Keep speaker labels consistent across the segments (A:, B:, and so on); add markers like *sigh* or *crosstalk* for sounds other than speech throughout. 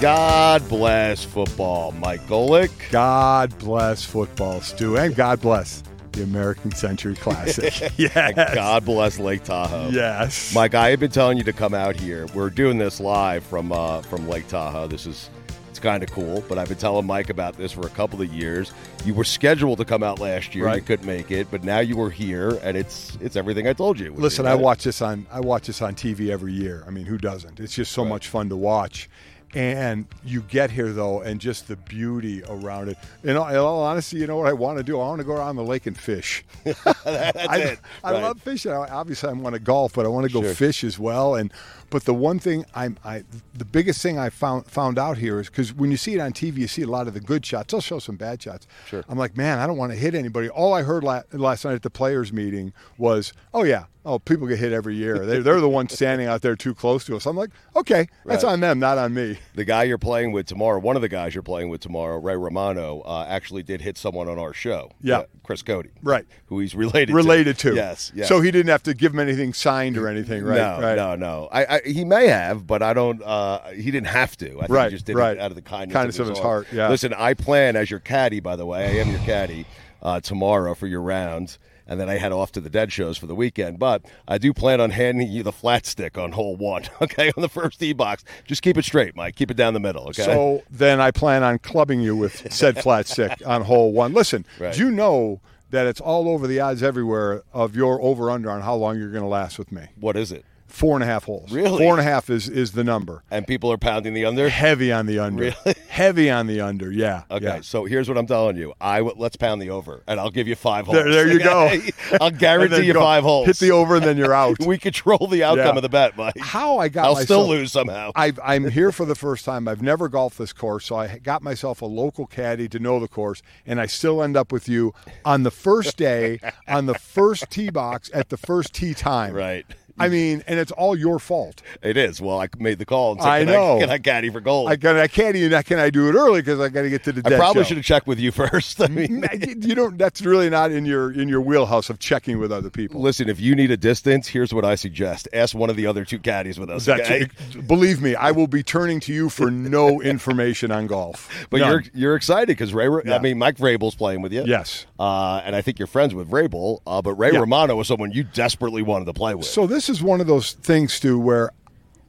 A: God bless football, Mike Golick.
B: God bless football, Stu, and God bless the American Century
A: *laughs*
B: Classic. yes.
A: God bless Lake Tahoe.
B: Yes.
A: Mike, I have been telling you to come out here. We're doing this live from uh, from Lake Tahoe. This is it's kind of cool, but I've been telling Mike about this for a couple of years. You were scheduled to come out last year, you
B: Right.
A: couldn't make it, but now you were here, and it's it's everything I told you. it would
B: Listen,
A: be,
B: I
A: right?
B: watch this on I watch this on TV every year. I mean, who doesn't? It's just so much fun to watch. And you get here though, and just the beauty around it. You know, in all honesty, you know what I want to do? I want to go around the lake
A: *laughs*
B: and fish. *laughs* I,
A: it,
B: I
A: right.
B: love fishing. I- Obviously, I want to golf, but I want to go
A: Sure.
B: fish as well. And but the one thing I'm, I the biggest thing I found found out here is because when you see it on TV, you see a lot of the good shots. They'll show some bad shots. Sure. I'm like, man, I don't want to hit anybody. All I heard la- last night at the players' meeting was, oh yeah, oh people get hit every year. They, they're the ones standing *laughs* out there too close to us. I'm like, okay, that's
A: Right.
B: on them, not on me.
A: The guy you're playing with tomorrow, one of the guys you're playing with tomorrow, Ray Romano, uh, actually did hit someone on our show.
B: Yeah.
A: Chris Cody.
B: Right.
A: Who he's *laughs* related
B: Related
A: to.
B: to.
A: Yes. yes.
B: So he didn't have to give him anything signed or anything, right?
A: No,
B: right.
A: no, no. I, I, he may have, but I don't. Uh, he didn't have to. I think
B: Right,
A: he just did
B: right.
A: it out of the kindness,
B: Kindness
A: of, his, heart.
B: yeah.
A: Listen, I plan as your caddy. By the way, I am your caddy uh, tomorrow for your rounds, and then I head off to the dead shows for the weekend. But I do plan on handing you the flat stick on hole one. *laughs* Okay, on the first tee box. Just keep it straight, Mike. Keep it down the middle. Okay.
B: So then I plan on clubbing
A: *laughs*
B: you with said flat stick on hole one. Listen,
A: Right.
B: do you know that it's all over the odds everywhere of your over under on how long you're going to last with me?
A: what is it?
B: Four and a half holes.
A: Really?
B: Four and a half is, is the number.
A: And people are pounding the under.
B: Heavy on the under.
A: *laughs*
B: Heavy on the under, yeah.
A: Okay,
B: yeah.
A: so here's what I'm telling you. I w- let's pound the over, and I'll give you five holes.
B: There, there you go.
A: *laughs* I'll
B: And
A: guarantee
B: then
A: you
B: go,
A: five holes.
B: Hit the over and then you're out.
A: *laughs* we control the outcome
B: Yeah.
A: of the bet, Mike.
B: How I got
A: I'll still
B: myself-
A: lose somehow.
B: I've, I'm here for the first time. I've never golfed this course, so I got myself a local caddy to know the course, and I still end up with you on the first day, on the first tee box at the first tee time.
A: right.
B: I mean, and it's all your fault.
A: It is. Well, I made the call and said,
B: I
A: can
B: know.
A: I, can I caddy for gold?
B: I can I can't even I can I do it early because I got to get to the.
A: I
B: dead
A: probably
B: show.
A: should have checked with you *laughs* first. I mean,
B: You don't. That's really not in your in your wheelhouse of checking with other people.
A: listen, if you need a distance, here's what I suggest: ask one of the other two caddies with us.
B: That's-
A: okay?
B: believe me, I will be turning to you
A: *laughs*
B: for no information on golf.
A: But
B: None.
A: you're you're excited because Ray.
B: Yeah.
A: I mean, Mike Vrabel's playing with you.
B: Yes.
A: uh, and I think you're friends with Vrabel. Uh, but Ray
B: Yeah.
A: Romano was someone you desperately wanted to play with.
B: So this is one of those things, Stu, where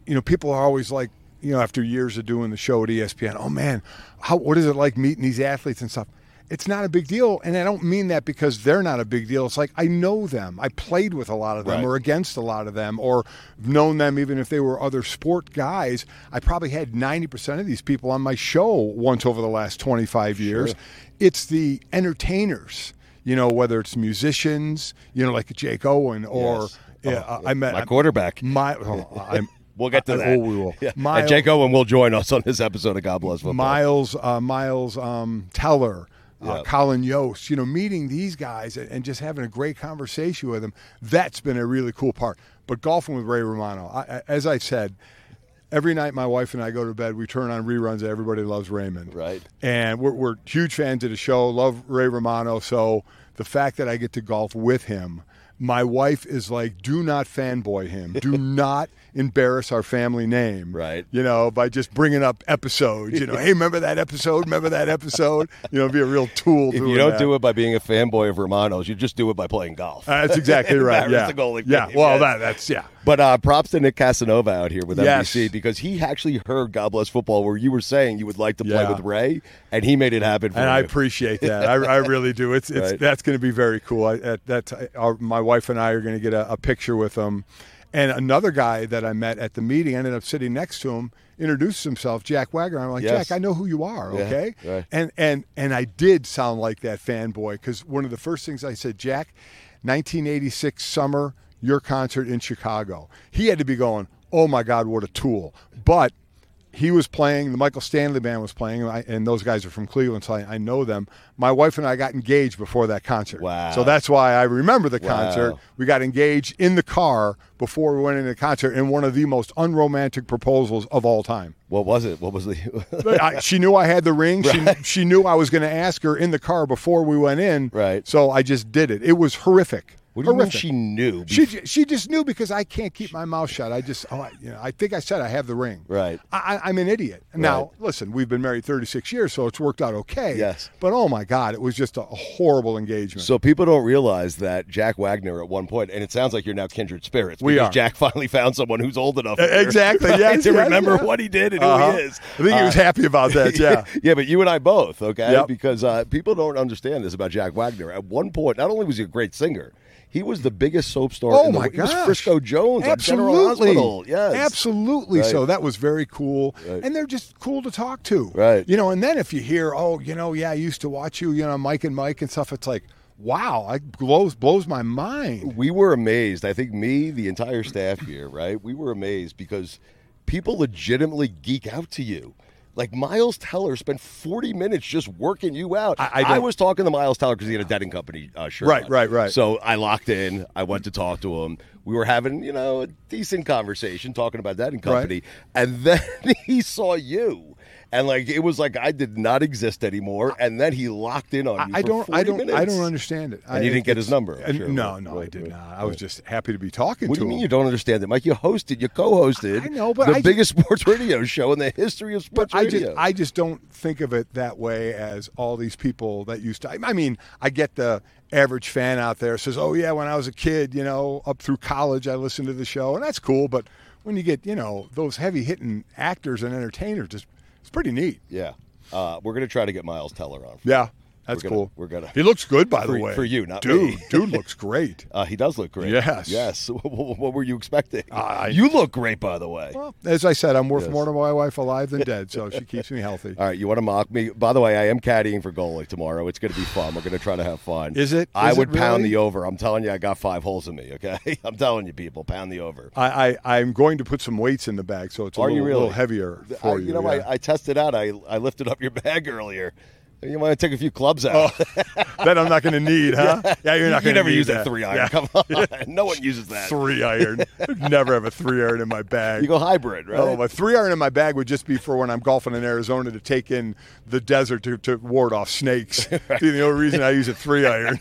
B: you know people are always like, you know, after years of doing the show at ESPN, oh man, how what is it like meeting these athletes and stuff? It's not a big deal, and I don't mean that because they're not a big deal. It's like I know them. I played with a lot of them,
A: Right.
B: or against a lot of them, or known them even if they were other sport guys. I probably had ninety percent of these people on my show once over the last twenty five years. It's the entertainers, you know, whether it's musicians, you know, like Jake Owen, or
A: Yes.
B: yeah,
A: Oh,
B: I met
A: my quarterback.
B: My, oh, I'm,
A: *laughs* we'll get to
B: I-
A: that.
B: Oh, we will.
A: Yeah.
B: Miles,
A: And Jake Owen will join us on this episode of God Bless Football.
B: Miles, uh, Miles um, Teller,
A: Yeah.
B: uh, Colin Yost. You know, meeting these guys and, and just having a great conversation with them. That's been a really cool part. But golfing with Ray Romano, I, I- as I said. Every night, my wife and I go to bed. We turn on reruns of Everybody Loves Raymond.
A: Right.
B: And we're, we're huge fans of the show, love Ray Romano. So the fact that I get to golf with him, my wife is like, do not
A: *laughs*
B: fanboy him. Do not embarrass our family name.
A: Right.
B: You know, by just bringing up episodes.
A: *laughs*
B: You know, hey, remember that episode? Remember that episode? You know, be a real tool.
A: if you
B: doing
A: don't
B: that.
A: do it by being a fanboy of Romano's, you just do it by playing golf.
B: Uh,
A: *laughs*
B: that's exactly right.
A: Embarrass
B: yeah.
A: the goalie.
B: yeah.
A: Yes.
B: Well, that, that's, yeah.
A: But uh, props to Nick Casanova out here with
B: Yes.
A: NBC because he actually heard God Bless Football where you were saying you would like to play
B: Yeah.
A: with Ray, and he made it happen for
B: and
A: you. *laughs*
B: I appreciate that. I, I really do. It's, it's
A: Right.
B: that's going to be very cool. I, at, that's our, my wife and I are going to get a, a picture with him. And another guy that I met at the meeting, I ended up sitting next to him, introduced himself, Jack Wagner. I'm like,
A: Yes.
B: Jack, I know who you are,
A: Yeah,
B: okay?
A: right.
B: And and and I did sound like that fanboy because one of the first things I said, Jack, 1986 summer, your concert in Chicago. He had to be going, oh my God, what a tool! But he was playing. The Michael Stanley band was playing, and, I, and those guys are from Cleveland, so I, I know them. My wife and I got engaged before that concert.
A: Wow.
B: So that's why I remember the
A: Wow.
B: concert. We got engaged in the car before we went into the concert in one of the most unromantic proposals of all time.
A: What was it? What was the?
B: I, she knew I had the ring. She, she knew I was going to ask her in the car before we went in.
A: Right.
B: So I just did it. It was horrific.
A: what do you mean
B: horrific.
A: she knew?
B: She ju- she just knew because I can't keep my mouth shut. I just oh, I, you know I think I said I have the ring.
A: Right.
B: I, I- I'm an idiot.
A: Right.
B: Now listen, we've been married 36 years, so it's worked out okay.
A: Yes.
B: But oh my God, it was just a horrible engagement.
A: So people don't realize that Jack Wagner at one point, and it sounds like you're now kindred spirits.
B: We
A: because
B: are.
A: Jack *laughs* finally found someone who's old enough
B: E- exactly,
A: right, *laughs*
B: yes,
A: to
B: yes,
A: remember
B: yes.
A: what he did and
B: Uh-huh.
A: who he is. Uh,
B: I think he was happy about that. Yeah.
A: *laughs* yeah, but you and I both, okay?
B: Yep.
A: Because uh, people don't understand this about Jack Wagner. At one point, not only was he a great singer, he was the biggest soap star.
B: Oh
A: in the,
B: my
A: He was
B: gosh.
A: Frisco Jones
B: Absolutely.
A: on General Hospital. Yes,
B: Absolutely.
A: Right.
B: So that was very cool.
A: Right.
B: And they're just cool to talk to.
A: Right.
B: You know, and then if you hear, oh, you know, yeah, I used to watch you, you know, Mike and Mike and stuff, it's like, wow, it blows, blows my mind.
A: we were amazed. I think me, the entire staff here, right? We were amazed because people legitimately geek out to you. Like Miles Teller spent 40 minutes just working you out.
B: I- I don't-
A: was talking to Miles Teller because he had a dead and company uh, shirt.
B: Right,
A: on.
B: right, right.
A: So I locked in. I went to talk to him. We were having, you know, a decent conversation talking about that and company. And then *laughs* he saw you. And like it was like I did not exist anymore. And then he locked in on
B: I,
A: you.
B: I
A: for
B: don't,
A: 40
B: I don't, I
A: minutes.
B: don't understand it.
A: And
B: I,
A: you didn't get his
B: it's-
A: number, I'm
B: and-
A: sure.
B: No,
A: Right,
B: no, I
A: right,
B: did
A: right,
B: not. I was just happy to be talking
A: What
B: to
A: do you mean
B: him.
A: you don't understand that, Mike? You hosted, you co-hosted.
B: I know, but
A: the
B: I ju-
A: biggest *laughs* sports radio show in the history of sports
B: But I just
A: radio.
B: I just don't think of it that way as all these people that used to. I mean, I get the average fan out there says, "Oh yeah, when I was a kid, you know, up through college, I listened to the show, and that's cool." But when you get you know those heavy hitting actors and entertainers, just it's pretty neat.
A: yeah, uh, we're gonna try to get Miles Teller on.
B: Yeah, that's
A: We're gonna-
B: cool.
A: we're gonna-
B: He looks good, by
A: For-
B: the way.
A: for you, not
B: dude.
A: me.
B: dude
A: *laughs*
B: looks great.
A: Uh, he does look great.
B: Yes.
A: yes. *laughs* what were you expecting?
B: I-
A: you look great, by the way.
B: Well, as I said, I'm worth
A: Yes.
B: more to my wife alive than dead, so she keeps me healthy.
A: All right, you want to mock me? By the way, I am caddying for goalie tomorrow. It's going to be fun. We're going to try to have fun.
B: Is it?
A: I
B: Is it
A: would pound
B: really?
A: the over. I'm telling you, I got five holes in me. Okay, *laughs* I'm telling you, people, pound the over.
B: *laughs* I, I I'm going to put some weights in the bag, so it's a
A: Are
B: little,
A: you really
B: little heavier
A: Th-
B: for
A: I,
B: you.
A: know,
B: yeah.
A: I, I tested out. I I lifted up your bag earlier, You want to take a few clubs out.
B: *laughs* that Oh, I'm not going to
A: *laughs*
B: need, huh? Yeah, you're not
A: you
B: going to
A: never
B: need
A: use
B: that.
A: a three iron.
B: *laughs* Yeah.
A: Come on, *laughs* no one uses that.
B: Three iron. never have a three iron in my
A: *laughs*
B: bag.
A: You go hybrid, right?
B: Oh, my three iron in my bag would just be for when I'm golfing in Arizona to take in the desert to, to ward off
A: *laughs*
B: snakes. Be the only reason I use a three iron.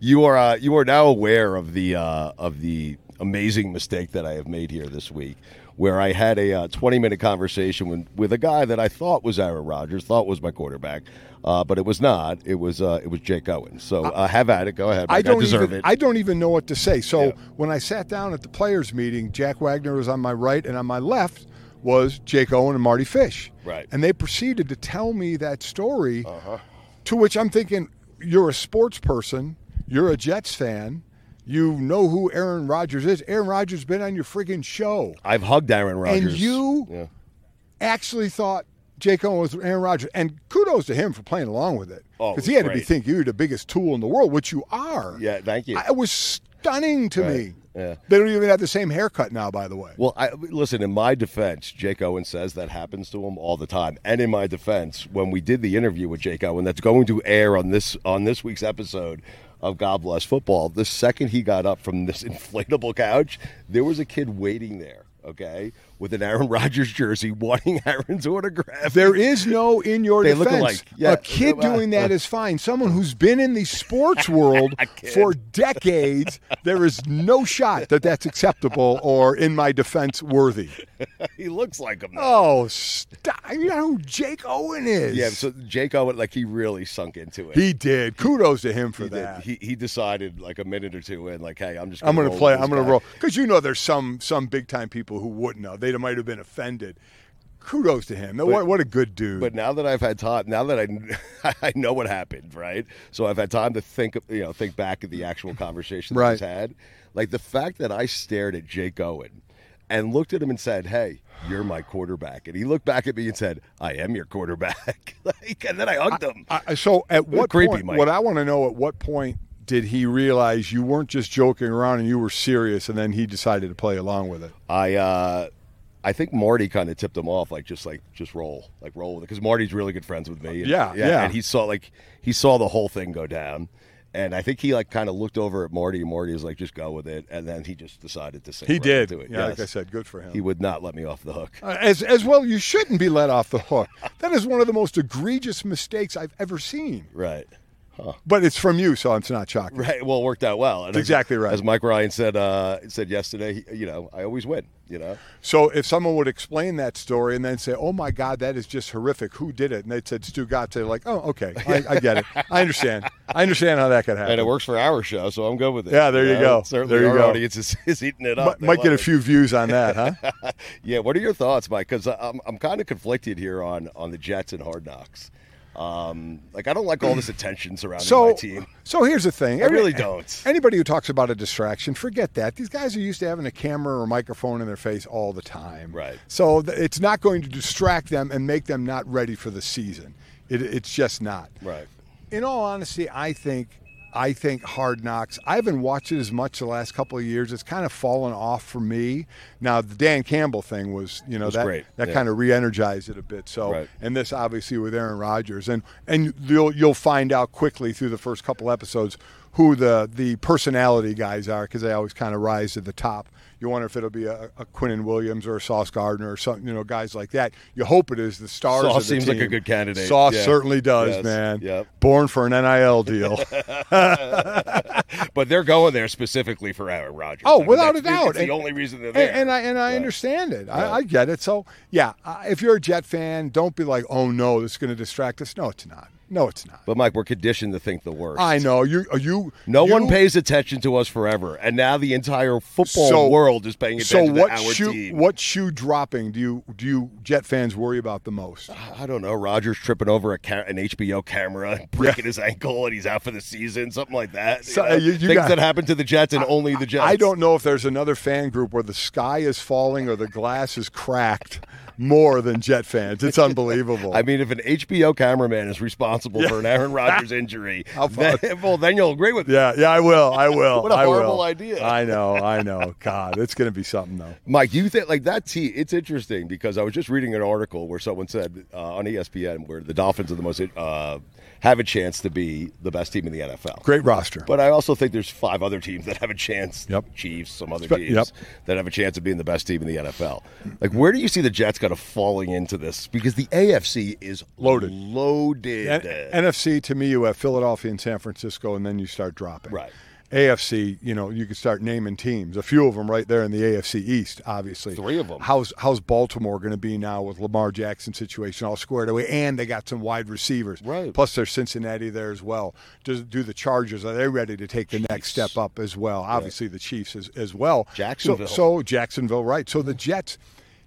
A: you are uh, you are now aware of the uh, of the amazing mistake that I have made here this week, where I had a uh, 20 minute conversation with, with a guy that I thought was Aaron Rodgers, thought was my quarterback, uh, but it was not. It was uh, it was Jake Owen. So uh, have at it. Go ahead. Mike.
B: I don't
A: deserve
B: even,
A: it.
B: I don't even know what to say. So
A: Yeah.
B: when I sat down at the players' meeting, Jack Wagner was on my right, and on my left was Jake Owen and Marty Fish.
A: Right. Uh-huh.
B: And they proceeded to tell me that story, to which I'm thinking, you're a sports person, you're a Jets fan, you know who Aaron Rodgers is. Aaron Rodgers has been on your friggin' show.
A: I've hugged Aaron Rodgers.
B: And you
A: Yeah.
B: actually thought Jake Owen was Aaron Rodgers. And kudos to him for playing along with it.
A: Oh, it
B: Because he
A: was
B: had to be
A: great.
B: thinking you're the biggest tool in the world, which you are.
A: Yeah, thank you.
B: I, it was stunning to me.
A: yeah.
B: They don't even have the same haircut now, by the way.
A: Well, I, listen, in my defense, Jake Owen says that happens to him all the time. And in my defense, when we did the interview with Jake Owen, that's going to air on this on this week's episode of God Bless Football, the second he got up from this *laughs* inflatable couch, there was a kid waiting there, okay, with an Aaron *laughs* Rodgers jersey wanting *laughs* Aaron's autograph.
B: there is no in your
A: They look
B: defense.
A: alike. Yeah. *laughs*
B: A kid doing that is fine. Someone who's been in the sports world for decades, there is no shot that that's acceptable or in my defense
A: *laughs*
B: worthy.
A: he looks like him. though.
B: Oh, stop! You know who Jake Owen is?
A: Yeah, so Jake Owen, like he really sunk into it.
B: He did. Kudos to him for
A: He did.
B: that.
A: He, he decided like a minute or two in, like, hey, I'm just. Gonna
B: I'm going to
A: roll
B: play.
A: with
B: I'm
A: this
B: going to
A: guy.
B: roll because you know there's some some big time people who wouldn't have. They might have been offended. Kudos to him. what, what a good dude.
A: But now that I've had time, now that *laughs* I I know what happened, right? So I've had time to think, of- you know, think back at the actual conversation that was
B: Right.
A: had. Like the fact that I stared at Jake Owen and looked at him and said, "Hey, you're my quarterback," and he looked back at me and said, "I am your quarterback." like, and then I hugged him.
B: I, so at
A: You're
B: what
A: creepy,
B: point?
A: Mike.
B: What I want to know at what point did he realize you weren't just joking around and you were serious, and then he decided to play along with it?
A: I uh I think Marty kind of tipped him off, like just like just roll, like roll with it, because Marty's really good friends with me. And,
B: Yeah, yeah.
A: And he saw like he saw the whole thing go down, and I think he like kind of looked over at Marty, and Marty was like, "Just go with it," and then he just decided to say,
B: He
A: right
B: did.
A: into it.
B: Yeah, like
A: Yes.
B: I said, good for him.
A: he would not let me off the hook. *laughs*
B: Uh, As, as well, you shouldn't be let off the hook. That is one of the most egregious mistakes I've ever seen.
A: Right,
B: But it's from you, so it's not shocking.
A: right. Well, it worked out well. And as-
B: Exactly right.
A: As Mike Ryan said uh said yesterday, he, you know, I always win. You know,
B: So if someone would explain that story and then say, "Oh my God, that is just horrific. Who did it?" and they said Stu Gatz, they're like, "Oh, okay, I, I get it. I understand. I understand how that could happen."
A: and it works for our show, so I'm good with it.
B: Yeah, there you
A: know?
B: go.
A: Certainly,
B: There you
A: our
B: go.
A: audience is, *laughs* is *laughs* eating it
B: Mi-
A: up. They
B: might get
A: love
B: a
A: it.
B: few views on that, huh?
A: *laughs* yeah, what are your thoughts, Mike? Because I'm I'm kind of conflicted here on on the Jets and Hard Knocks. Um, like I don't like all this attention surrounding my
B: so,
A: team.
B: so here's the thing.
A: I really don't.
B: *laughs* Anybody who talks about a distraction, forget that. These guys are used to having a camera or microphone in their face all the time.
A: Right.
B: So th- it's not going to distract them and make them not ready for the season. It, it's just not.
A: Right.
B: In all honesty, I think I think Hard Knocks. I haven't watched it as much the last couple of years. It's kind of fallen off for me. Now the Dan Campbell thing was, you know,
A: was
B: that
A: great,
B: that
A: yeah.
B: kind of re-energized it a bit. So,
A: Right.
B: and this obviously with Aaron Rodgers, and and you'll you'll find out quickly through the first couple episodes who the the personality guys are because they always kind of rise to the top. You wonder if it'll be a, a Quinnen Williams or a Sauce Gardner or something, you know, guys like that. You hope it is the stars.
A: Sauce
B: of the
A: seems like a
B: team.
A: good candidate.
B: Sauce
A: Yeah.
B: certainly does,
A: Yes.
B: man.
A: Yep.
B: Born for an NIL deal.
A: *laughs*
B: *laughs*
A: But they're going there specifically for Aaron Rodgers. I
B: Oh,
A: mean,
B: without a
A: that's- it's
B: doubt.
A: the
B: And-
A: only reason they're
B: and-
A: there.
B: And, I and I
A: Right.
B: understand it.
A: Right.
B: I, I get it. So yeah, I- if you're a Jet fan, don't be like, oh no, this is going to distract us. No, it's not. No, it's not.
A: But Mike, we're conditioned to think the worst.
B: I know you. are You.
A: No
B: you-
A: one pays attention to us forever, and now the entire football
B: So-
A: world is paying
B: So
A: attention
B: what
A: to our
B: shoe?
A: team.
B: What shoe dropping do you do you Jet fans worry about the most?
A: I don't know. Rogers tripping over a ca- an HBO camera, and breaking his ankle, and he's out for the season, something like that.
B: So, uh,
A: know?
B: you- you
A: Things
B: got-
A: that
B: *laughs*
A: happen to the Jets and only the Jets.
B: I don't know if there's another fan group where the sky is falling or the glass is cracked more than Jet
A: *laughs*
B: fans. It's unbelievable.
A: I mean, if an HBO cameraman is responsible for an Aaron
B: *laughs*
A: Rodgers injury,
B: How
A: then,
B: far-
A: *laughs* well, then you'll agree with me.
B: yeah, yeah, I will.
A: *laughs*
B: I will.
A: What a
B: I will.
A: horrible idea.
B: I know.
A: *laughs*
B: I know. God, it's going to be something though.
A: Mike, you think like that team? It's interesting E because I was just reading an article where someone said uh, on ESPN where the Dolphins are the most uh, have a chance to be the best team in the NFL.
B: Great roster.
A: But I also think there's five other teams that have a chance.
B: Yep.
A: Chiefs, some other
B: Spe-
A: teams
B: yep.
A: that have a chance of being the best team in the NFL. Like, where do you see the Jets kind of falling into this? Because the AFC is
B: Loaded.
A: Loaded.
B: N- NFC to me, you have Philadelphia and San Francisco, and then you start dropping.
A: Right.
B: AFC, you know, you can start naming teams. A few of them right there in the AFC East, obviously.
A: Three of 'em.
B: How's how's Baltimore going to be now with Lamar Jackson situation all squared away, and they got some wide receivers.
A: Right.
B: Plus, there's Cincinnati there as well. Does do the Chargers? Are they ready to take the next step up as well? Obviously, the Chiefs as, as well. So-
A: Jacksonville.
B: So, Jacksonville, right? So the Jets.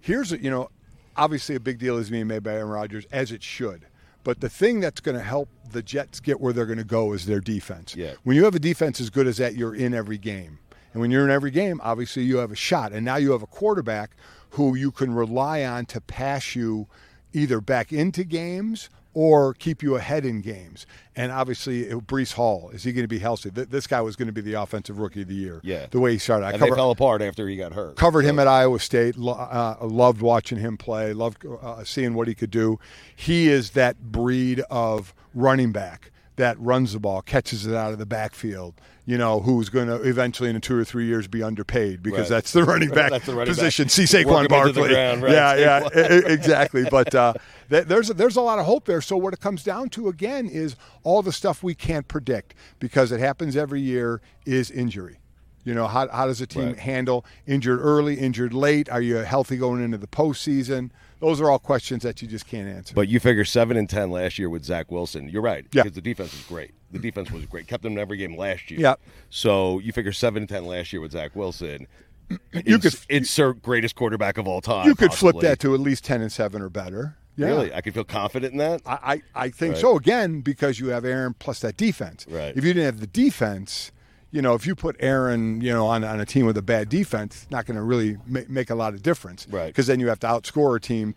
B: Here's a- you know, obviously a big deal is being made by Aaron Rodgers, as it should. But the thing that's going to help the Jets get where they're going to go is their defense.
A: Yeah.
B: When you have a defense as good as that, you're in every game. And when you're in every game, obviously you have a shot. And now you have a quarterback who you can rely on to pass you either back into games or keep you ahead in games. And obviously, it, Brees Hall, is he going to be healthy? Th- this guy was going to be the offensive rookie of the year.
A: Yeah.
B: The way he started. I
A: and
B: cover-
A: they fell apart after he got hurt.
B: covered him at Iowa State. lo- Uh, loved watching him play. Loved uh, seeing what he could do. He is that breed of running back that runs the ball, catches it out of the backfield. You know, who's going to eventually in two or three years be underpaid because
A: Right.
B: that's the running back
A: That's the running back.
B: position. See
A: Work
B: Saquon
A: him into the
B: Barkley.
A: ground, right,
B: Yeah, yeah,
A: Saquon.
B: e- e- exactly. But uh, *laughs* th- there's there's a lot of hope there. So what it comes down to again is all the stuff we can't predict because it happens every year is injury. You know, how, how does a team
A: Right.
B: handle injured early, injured late? Are you healthy going into the postseason? Those are all questions that you just can't answer.
A: But you figure seven and ten last year with Zach Wilson. You're right.
B: Yeah.
A: Because the defense was great. The defense was great. Kept them in every game last year.
B: Yeah.
A: So you figure seven and ten last year with Zach Wilson.
B: *clears throat* You
A: Ins-
B: could-
A: insert greatest quarterback of all time.
B: you could flip
A: possibly.
B: that to at least 10 and 7 or better. Yeah.
A: Really, I could feel confident in that.
B: I, I, I think so again because you have Aaron plus that defense.
A: Right.
B: If you didn't have the defense, you know, if you put Aaron, you know, on, on a team with a bad defense, not going to really ma- make a lot of difference.
A: Right.
B: Because then you have to outscore a team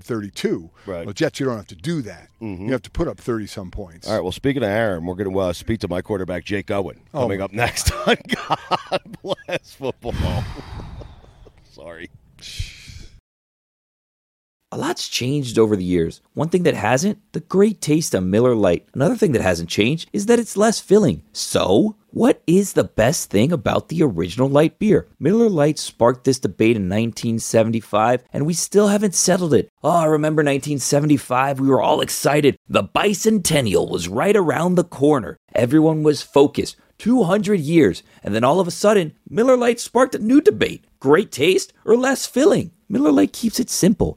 B: 35-32.
A: Right. Mm-hmm.
B: Well, Jets, you don't have to do that. You have to put up 30 some points.
A: All right. Well, speaking of Aaron, we're going to uh, speak to my quarterback Jake Owen
B: Oh.
A: coming up next *laughs* on God Bless Football. *laughs* Sorry.
C: A lot's changed over the years. One thing that hasn't, the great taste of Miller Lite. Another thing that hasn't changed is that it's less filling. So, what is the best thing about the original light beer? Miller Lite sparked this debate in 1975, and we still haven't settled it. Oh, I remember 1975, we were all excited. The bicentennial was right around the corner. Everyone was focused. 200 years, and then all of a sudden, Miller Lite sparked a new debate great taste or less filling. Miller Lite keeps it simple.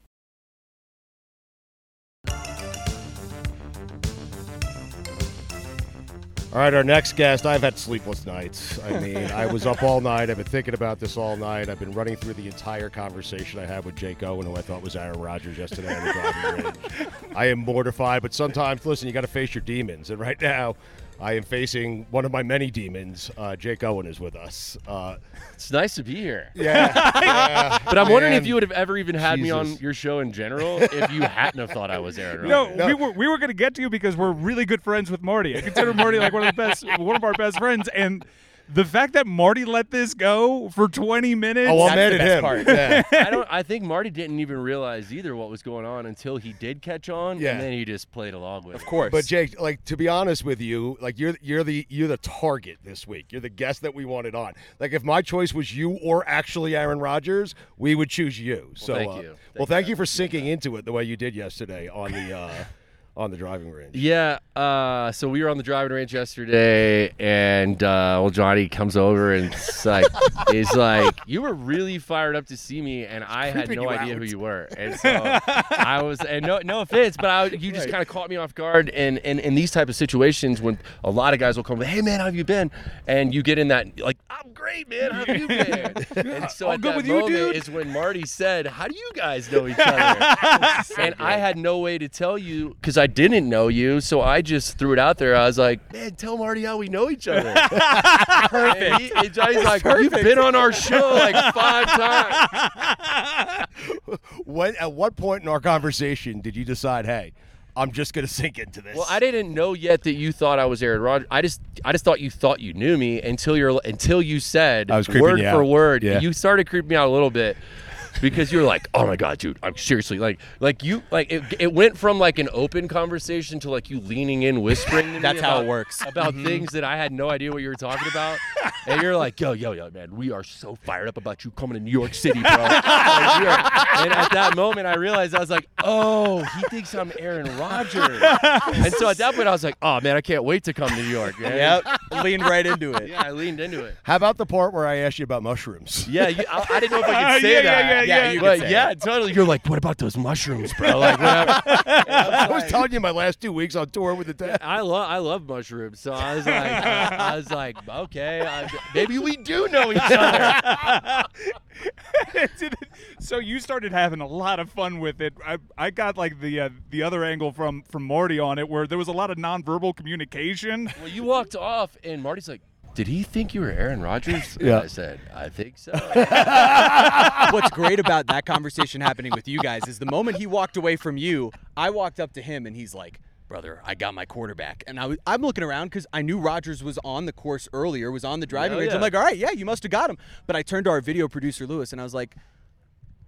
A: All right, our next guest. I've had sleepless nights. I mean, I was up all night. I've been thinking about this all night. I've been running through the entire conversation I had with Jake Owen, who I thought was Aaron Rodgers yesterday on the driving range. I am mortified, but sometimes, listen, you got to face your demons. And right now, I am facing one of my many demons. Uh, Jake Owen is with us. Uh,
D: It's nice to be here.
A: *laughs* yeah,
D: *laughs* But I'm wondering if
A: Man.
D: you would have ever even had me on
A: Jesus.
D: your show in general if you hadn't have thought I was Aaron
E: No,
D: Rodgers.
E: we were we were gonna get to you because we're really good friends with Marty. I consider Marty like one of
D: *laughs*
E: the best, one of our best friends, and the fact that Marty let this go for 20 minutes.
A: Oh, I'm
D: That's
A: mad
D: the
A: at
D: best
A: him.
D: part.
A: *laughs* Yeah.
D: I don't. I think Marty didn't even realize either what was going on until he did catch on,
A: Yeah.
D: and then he just played along with. Of course,
A: But Jake, like to be honest with you, like you're you're the you're the target this week. You're the guest that we wanted on. Like if my choice was you or actually Aaron Rodgers, we would choose you. so
D: thank
A: uh,
D: you.
A: well,
D: Thank
A: thank you for sinking into it the way you did yesterday on the uh, *laughs* on the driving range.
D: Yeah. Uh, so we were on the driving range yesterday, and uh, old Johnny comes over and
A: *laughs*
D: it's like, he's like, "You were really fired up to see me, and I had no idea who you were."
A: *laughs*
D: And so I was, and no, no offense, but I, you just kind of caught me off guard. And and in these type of situations, when a lot of guys will come, "Hey man, how have you been?" and you get in that like, "I'm great, man. How have you
E: *laughs*
D: been?" And so
E: All
D: at
E: good
D: that
E: with you,
D: moment
E: dude?
D: is when
E: *laughs*
D: Marty said, "How do you guys know each other?" and I had no way to tell you because I didn't know you, so I just threw it out there. I was
E: *laughs*
D: like, *laughs* man, tell Marty how we know each other. And he- and Johnny's like, you've been on our show like
A: *laughs*
D: five
E: *laughs*
D: times.
A: When, at what point in our conversation did you decide, hey, I'm just going to sink into this?
D: Well, I didn't know yet that you thought I was Aaron Rodgers. I just, I just thought you thought you knew me until you're until you said
A: I was creeping
D: word
A: you
D: for
A: out.
D: word.
A: Yeah.
D: You started creeping me out a little bit because you were like, "Oh my god, dude, I'm seriously like, like you, like it, it went from like an open conversation to like you leaning in, whispering.
F: *laughs*
D: To me
F: That's how it
D: about-
F: works. Mm-hmm.
D: about things that I had no idea what you were talking about, and you're like, "Yo, yo, yo, man, we are so fired up about you coming to New York City, bro." *laughs* Like, we are- and at that moment, I realized I was like, "Oh, he thinks I'm Aaron *laughs* Rodgers," and so at that point, I was like, "Oh man, I can't wait to come to New York." Man.
F: Yep. Leaned right into it.
D: Yeah, I leaned into it.
A: How about the part where I asked you about mushrooms?
D: *laughs* Yeah, you, I, I didn't know if I could say
E: Yeah, yeah,
D: that.
E: yeah,
F: yeah, you could
D: but
F: say
D: yeah, totally. You're like, what about those mushrooms, bro? *laughs* Like, whatever. *laughs*
A: I was telling you my last two weeks on tour with the dad.
D: I love I love mushrooms, so I was like, *laughs* uh, I was like, okay, I, maybe we do know each other.
E: *laughs*
D: *laughs*
E: so you started having a lot of fun with it. I, I got like the uh, the other angle from from Marty on it, where there was a lot of nonverbal communication.
D: Well, you walked off, and Marty's like, "Did he think you were Aaron Rodgers?" And
A: Yeah.
D: I said, "I think so."
F: *laughs* What's great about that conversation happening with you guys is the moment he walked away from you, I walked up to him and he's like, "Brother, I got my quarterback." And I was, I'm looking around because I knew Rogers was on the course earlier, was on the driving
D: Oh,
F: range. I'm
D: yeah.
F: like, "All right, yeah, you must have got him." But I turned to our video producer Lewis and I was like.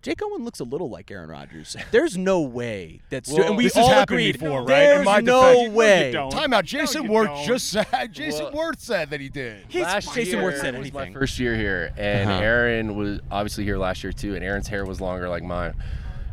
F: Jake Owen looks a little like
B: *laughs*
F: Aaron Rodgers. There's no way that's true. And we
B: this has
F: all
B: happened
F: agreed.
B: before, right?
F: There's
B: In my
F: no
B: defense- You know
F: way.
E: don't.
A: Time out. Jason
E: you
A: Worth
E: don't.
A: just said. Jason Worth said that he did.
D: last
F: Jason
D: year
F: Worth said
D: was my
F: anything.
D: first year here, and
F: Uh-huh.
D: Aaron was obviously here last year too, and Aaron's hair was longer like mine.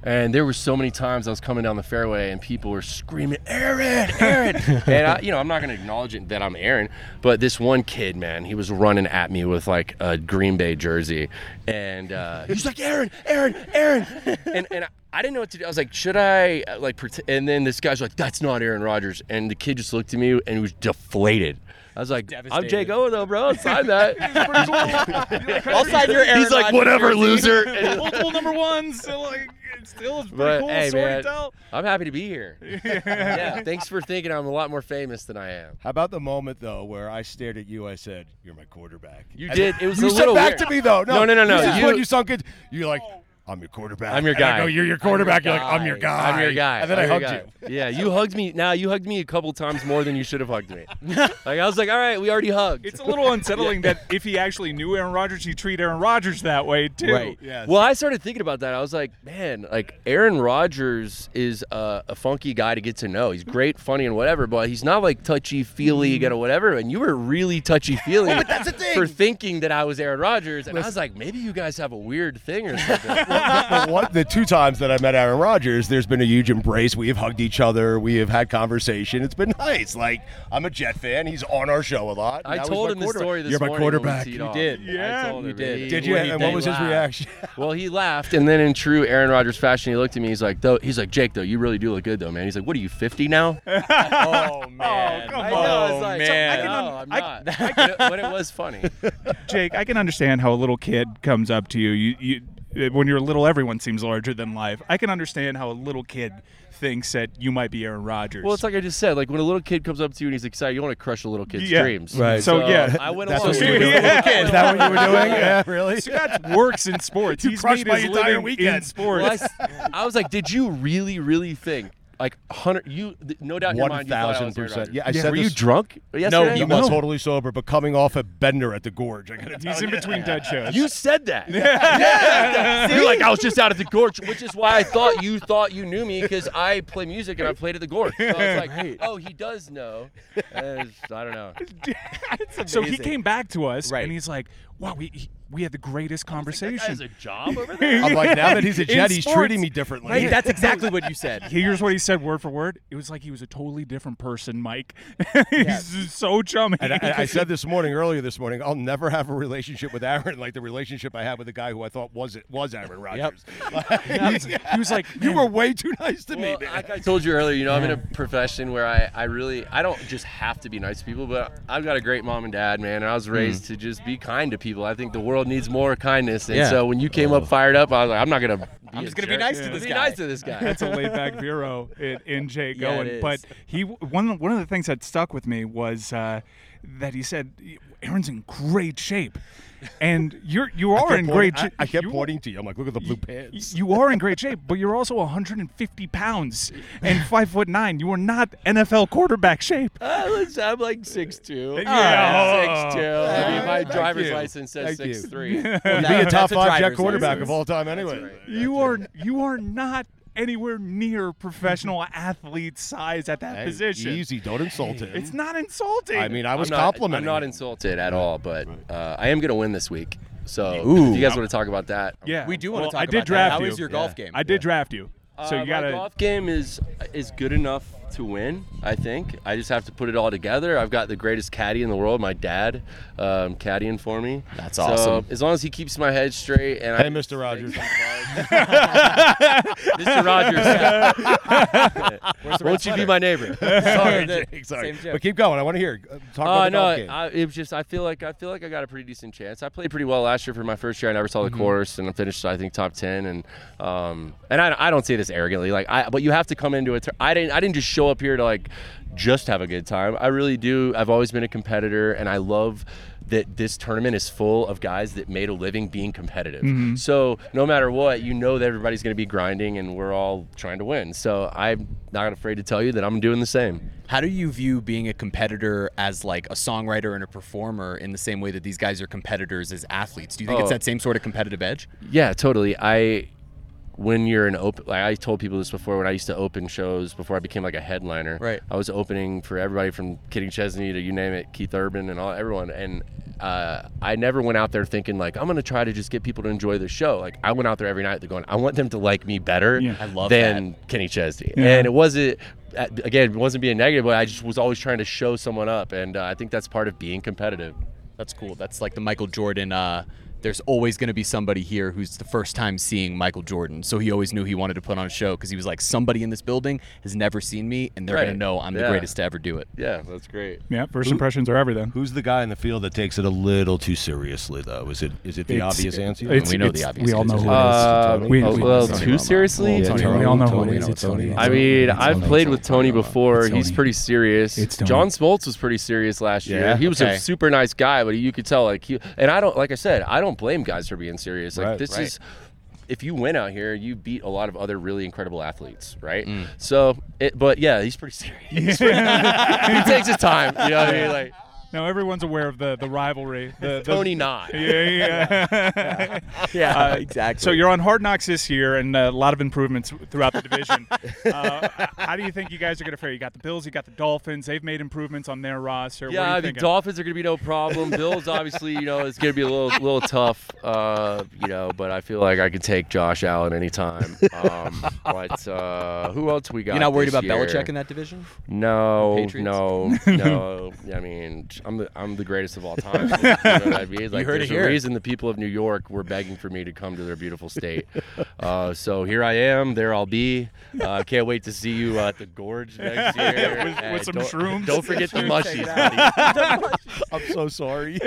D: And there were so many times I was coming down the fairway and people were screaming, "Aaron,
F: *laughs*
D: Aaron!" and I, you know, I'm not going to acknowledge it that I'm Aaron, but this one kid, man, he was running at me with like a Green Bay jersey, and uh, he's like, "Aaron, Aaron, Aaron," and and I didn't know what to do. I was like, "Should I uh, like?" Pretend? And then this guy's like, "That's not Aaron Rodgers," and the kid just looked at me and he was deflated. I was like, "I'm Jake
F: Devastated.
D: Owen, though, bro.
E: *laughs*
D: Sign that." *laughs*
F: I'll sign your Aaron
D: He's like,
F: Rodgers
D: "Whatever,
F: jersey." *laughs*
D: loser." *laughs*
E: Multiple number ones, so like it still is pretty
D: But
E: cool.
D: hey,
E: story
D: man,
E: to tell.
D: I'm happy to be here. yeah, thanks for thinking I'm a lot more famous than I am.
A: How about the moment though where I stared at you? I said, "You're my quarterback."
D: You
A: And
D: did. It was
A: you
D: a
A: said
D: little
A: back
D: weird.
A: to me though. No,
D: No, no, no, no.
A: This is
D: You-
A: when you sunk it. You're like, "I'm your quarterback."
D: I'm your
A: And I
D: guy.
A: go, you're your
D: I'm your
A: quarterback. you're like, "I'm your guy."
D: guy. I'm your guy.
A: And then
D: I'm your
A: I hugged
D: guy. Yeah, you hugged me. Now you hugged me a couple times more than you should have hugged
F: *laughs*
D: me. *laughs* like I was like, all right, we already hugged.
E: It's a little unsettling that if he actually knew Aaron Rodgers, he'd treat Aaron Rodgers that way too.
F: Right.
A: you. Yeah.
D: Well, I started thinking about that. I was like, man, like Aaron Rodgers is a, a funky guy to get to know. He's great, funny, and whatever, but he's not like touchy feely, you know, whatever. And you were really touchy feely
A: but that's the thing.
D: for thinking that I was Aaron Rodgers. And I was like, maybe you guys have a weird thing or something.
A: the, one, the two times that I met Aaron Rodgers, there's been a huge embrace. We have hugged each other. We have had conversation. It's been nice. Like I'm a Jet fan. He's on our show a lot.
D: I
A: Now he's
D: told
A: my
D: him the
A: quarterback.
D: story this
A: You're my
D: morning.
A: quarterback.
D: When we teed
A: You
D: off.
F: did.
E: Yeah,
D: I told
E: you
D: him.
F: did.
D: He-
A: Did you?
D: when he
A: And what
D: did
A: was his
D: laugh.
A: reaction?
D: Well, he laughed, *laughs* and then in true Aaron Rodgers fashion, he looked at me. He's like, "Though," he's like, "Jake, though, you really do look good, though, man." He's like, "What are you, 50 now?"
F: *laughs* Oh man.
E: come
D: I
E: on.
D: know. I
F: Oh,
D: was like,
F: man.
D: "No, I'm
E: I-
D: not." but it was funny.
E: *laughs* Jake, I can understand how a little kid comes up to you. You, you, when you're little, everyone seems larger than life. I can understand how a little kid thinks that you might be Aaron Rodgers.
D: Well, it's like I just said. Like when a little kid comes up to you and he's excited, you want to crush a little kid's
E: Yeah.
D: dreams. uh,
A: Right.
E: So, yeah.
D: I went
A: That's
D: along.
A: what
D: with
A: you were
D: it.
A: doing.
E: Yeah.
A: *laughs* Is that what you were
D: *laughs*
A: doing? Yeah, really.
E: Scott works in sports.
A: *laughs* You
E: He's
A: crushed
E: made
A: my
E: his
A: entire
E: living in
A: weekend.
E: sports.
D: Well, I, s- I was like, "Did you really, really think?" Like hundred, you th- no doubt in your
A: One
D: mind you thought I was
A: thousand
D: Aaron
A: percent.
D: Rodgers.
A: Yeah, I said
D: Were you
A: this-
D: drunk?
A: No,
D: yesterday?
A: he was totally sober, but coming off a bender at the gorge. I gotta
D: *laughs*
A: tell
E: He's
A: you.
E: in between dead shows.
D: Oh, You said that.
E: *laughs*
D: Yeah. You're like, I was just out at the gorge, which is why I thought you thought you knew me because I play music and I played at the gorge. So I was like, oh, he does know. Uh, I don't
E: *laughs*
D: know.
E: so he
F: amazing.
E: came back to us,
F: Right.
E: and he's like, "Wow, we he, we had the greatest
D: That guy has
E: conversation."
D: a job
E: *laughs*
D: over there.
A: I'm like, now that he's a
E: In
A: jet, he's
E: sports.
A: treating me differently. *laughs*
F: Right, that's exactly what you said.
E: Here's what he said word for word. It was like he was a totally different person, Mike. *laughs* he's just so chummy.
A: And I, and I said this morning, earlier this morning, I'll never have a relationship with Aaron like the relationship I had with the guy who I thought was it was Aaron *laughs* Rodgers.
E: He's- he was like,
A: you
E: "Man,
A: were way too nice to
D: Well,
A: me, man.
D: like I told you earlier, you know, I'm in a profession where I, I really, I don't just Hmm. have to be nice to people, but I've got a great mom and dad, man. And I was raised to just be kind to people. I think the world world needs more kindness. And
F: Yeah.
D: so when you came up fired up, I was like, I'm not gonna. Be
F: I'm just
D: a
F: gonna be
D: jerk.
F: nice to
D: I'm
F: this
D: gonna
F: guy.
D: Be nice to this guy.
E: That's a
D: *laughs*
E: laid back bureau in, in Jay
F: Yeah,
E: Goen.
F: it is.
E: but he one one of the things that stuck with me was uh, that he said Aaron's in great shape, and you're you are in great.
A: I,
E: shape.
A: I kept
E: You-
A: pointing to you. I'm like, look at the blue *laughs* pants.
E: You are in great shape, but you're also 150 pounds
A: *laughs*
E: and five foot nine. You are not NFL quarterback shape.
D: Uh, let's- I'm like six two.
E: Yeah.
D: six two. I mean, my driver's license says
A: Thank you.
D: six *laughs*
E: *laughs*
D: three.
F: Well,
A: Be
F: that-
A: a
F: that's
A: top five
D: *laughs*
A: jet
F: driver's
A: quarterback
F: license.
A: of all time, anyway.
E: You are you are not anywhere
A: *laughs*
E: near professional athlete size at that
A: Hey,
E: position.
A: Easy, don't insult him.
E: It's not insulting.
A: I mean, I was
D: I'm not,
A: complimenting.
D: I'm not
A: him.
D: insulted at all, but uh, I am gonna win this week. So
F: Ooh.
D: if you guys want to talk about that?
E: yeah,
F: We do want
E: Well,
F: to talk
E: I did
F: about
E: draft
F: that. How
E: you.
F: is your golf game?
E: I did draft you. So
D: Uh,
E: you gotta
D: my golf game is is good enough to win. I think I just have to put it all together. I've got the greatest caddy in the world, my dad, um, caddying for me.
F: That's
D: So,
F: awesome.
D: as long as he keeps my head straight and
A: Hey,
D: I, *laughs*
A: Mr. Rogers.
D: Mr.
A: *laughs*
D: Rogers, won't you be my neighbor?
A: Sorry,
F: The-
A: Jake, sorry.
F: same joke.
A: But keep going. I want to hear. uh, Talk
D: Oh
A: about the
D: no,
A: golf game.
D: I, it was just I feel like I feel like I got a pretty decent chance. I played pretty well last year for my first year. I never saw
A: Mm-hmm.
D: the course, and I finished I think top ten. And um, and I, I don't say this arrogantly, like I but you have to come into it. I didn't I didn't just show up here to like just have a good time. I really do. I've always been a competitor, and I love that this tournament is full of guys that made a living being competitive.
A: Mm-hmm.
D: So no matter what, you know that everybody's going to be grinding, and we're all trying to win. So I'm not afraid to tell you that I'm doing the same.
F: How do you view being a competitor as like a songwriter and a performer in the same way that these guys are competitors as athletes? Do you think it's
D: Oh.
F: that same sort of competitive edge?
D: Yeah, totally. I when you're an open like I told people this before when I used to open shows before I became like a headliner.
F: Right.
D: I was opening for everybody from Kidding Chesney to you name it, Keith Urban and all everyone and uh, I never went out there thinking like I'm gonna try to just get people to enjoy the show. Like I went out there every night, they're going, I want them to like me better
F: I love
D: than Kenny Chesney. And it wasn't at- again, it wasn't being negative, but I just was always trying to show someone up, and uh, I think that's part of being competitive.
F: That's cool. That's like the Michael Jordan. Uh, there's always going to be somebody here who's the first time seeing Michael Jordan, so he always knew he wanted to put on a show because he was like, somebody in this building has never seen me, and they're going
D: Right.
F: to know I'm the
D: Yeah.
F: greatest to ever do it.
D: Yeah, that's great.
E: yeah. First impressions are everything.
A: Who's the guy in the field that takes it a little too seriously, though? Is it is it the
E: It's-
A: obvious answer?
E: it's-
F: We know the
E: it's-
F: obvious
E: We all know
F: answer.
E: who
D: Uh,
E: it is. Um, We-
D: a
E: we-
D: little too seriously.
A: Yeah,
E: Tony,
A: Tony,
E: we all know who
A: Tony,
E: it is.
A: no,
E: It's
A: Tony.
E: Tony.
D: I mean, I've played with Tony before.
E: It's
D: He's
E: Tony.
D: pretty serious.
E: It's Tony.
D: John Smoltz was pretty serious last year.
A: Yeah?
D: he was
F: Okay.
D: a super nice guy, but you could tell like he and I don't like I said, I don't blame guys for being serious. Like
A: Right.
D: this
A: Right.
D: is if you win out here, you beat a lot of other really incredible athletes, right?
A: Mm.
D: So, it, but yeah, he's
A: *laughs*
D: pretty serious. *laughs* he takes his time. You know what I mean? Like
E: Now everyone's aware of the the rivalry. The, the-
D: Tony Knott. *laughs*
E: Yeah, yeah. *laughs*
F: Yeah, exactly.
E: Uh, so you're on Hard Knocks this year, and uh, a lot of improvements throughout the division. uh, how do you think you guys are going to fare? You got the Bills, you got the Dolphins. They've made improvements on their roster. What are you
D: Yeah, I mean,
E: thinking?
D: Dolphins are going to be no problem. Bills, obviously, you know, it's going to be a little little tough, uh, you know, but I feel like I could take Josh
A: *laughs*
D: Allen anytime. Um, but uh, who else we got?
F: You're not worried
D: this
F: about
D: year?
F: Belichick in that division?
D: No,
F: Patriots?
D: no,
F: *laughs*
D: no. I mean, I'm the I'm the greatest of all time. you know
F: *laughs*
D: what I mean? Like,
F: heard it
D: there's
F: here.
D: a reason the people of New York were begging for me to come to their beautiful state. Uh, so here I am. There I'll be. Uh, can't wait to see you at the
F: *laughs*
D: gorge next year.
E: *laughs* With-
D: Hey,
E: with some
D: don't-
E: shrooms?
D: Don't forget the mushies, buddy.
E: *laughs*
F: *laughs*
D: *laughs*
A: I'm so sorry.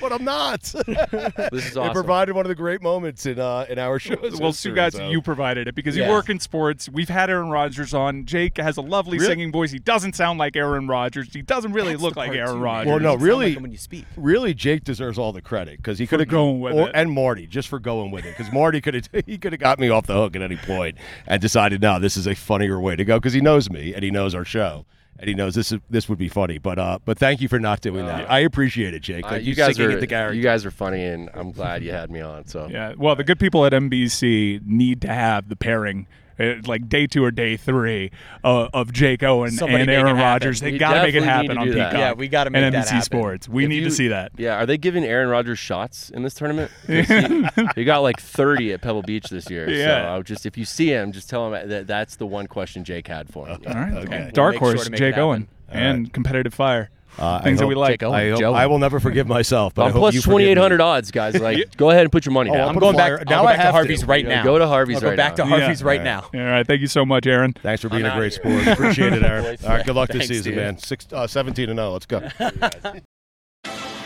A: but I'm
E: *laughs*
A: not.
D: This is
A: It provided one of the great moments in uh, in our show.
E: well, Sue, guys, you provided it because
D: Yeah.
E: you work in sports. We've had Aaron Rodgers on. Jake has a lovely singing voice. He doesn't sound like Aaron Rodgers. He doesn't really look like Aaron Rodgers.
A: Well, no,
F: You sound like
A: really-
F: him when you speak.
A: really Jake deserves all the credit because he could have
E: going with it.
A: and Marty just for going with it because Marty could have *laughs* he could have got me off the hook at any point and decided no this is a funnier way to go because he knows me and he knows our show and he knows this is, this would be funny but uh but thank you for not doing that I appreciate it Jake
D: Uh,
A: like,
D: you guys
A: sticking
D: are
A: it to character.
D: you guys are funny, and I'm glad you had me on. So
E: Yeah. Well, the good people at NBC need to have the pairing. uh, Like day two or day three uh, of Jake Owen
F: Somebody
E: and
F: make it
E: Aaron
F: happen.
E: Rodgers, they
D: We
E: got to make
D: definitely
E: it
D: need
E: happen
D: to
E: on
D: do that.
E: Peacock.
F: Yeah, we gotta make
E: and
F: that
E: NBC
F: happen.
E: Sports. We
D: If
E: need
D: you-
E: to see that.
D: Yeah, are they giving Aaron Rodgers shots in this
E: *laughs*
D: tournament? 'Cause He, he got like 30 at Pebble Beach this year. So
E: Yeah.
D: I would just if you see him, just tell him that that's the one question Jake had for him.
E: All right.
A: Okay.
E: Dark
F: We'll make sure
E: horse,
F: to make it
E: Jake
F: happen.
E: Owen, and competitive fire.
A: Uh, I
E: Things that
A: hope-
E: we like.
F: Jake Owen.
A: I, hope-
F: Joe.
A: I will never forgive myself but I
D: I'm
A: hope
D: plus
A: you forgive
D: 2800
A: me.
D: odds, guys.
E: *laughs*
D: Like, go ahead and put your money
A: Oh,
D: down.
A: I'll
F: I'm
A: put
F: going
A: a
F: back.
A: flyer-
F: I'll
A: now
F: go
A: I
F: back to
A: have to.
F: Harvey's right now.
D: Go to Harvey's
F: I'll go
D: right
F: back
D: now.
F: to Harvey's
E: Yeah.
F: right now.
E: All right. Thank you so much, Aaron.
A: Thanks for being a
D: out
A: great
D: of
F: *laughs*
A: sport.
E: *laughs*
A: Appreciate it, Aaron. All right, good luck this
F: Thanks,
A: season,
F: dude.
A: man. Six, uh, 17 and 0. Let's go.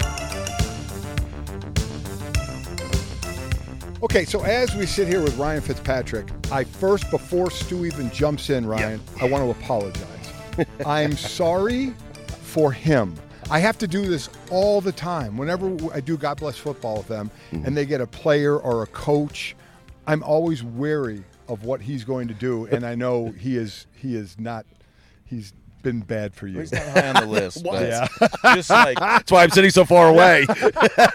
A: Mm-hmm.
B: Okay, so as we sit here with Ryan Fitzpatrick, I first, before Stu even jumps in, Ryan, I want to apologize. I'm sorry for him. I have to do this all the time. Whenever I do God Bless Football with them
A: Mm-hmm.
B: and they get a player or a coach, I'm always wary of what he's going to do. And I know he is he is not he's been bad for you.
G: He's not high on the list.
B: What?
G: but
B: *laughs* Yeah.
G: just like that's
A: why I'm sitting so
B: *laughs*
A: far away.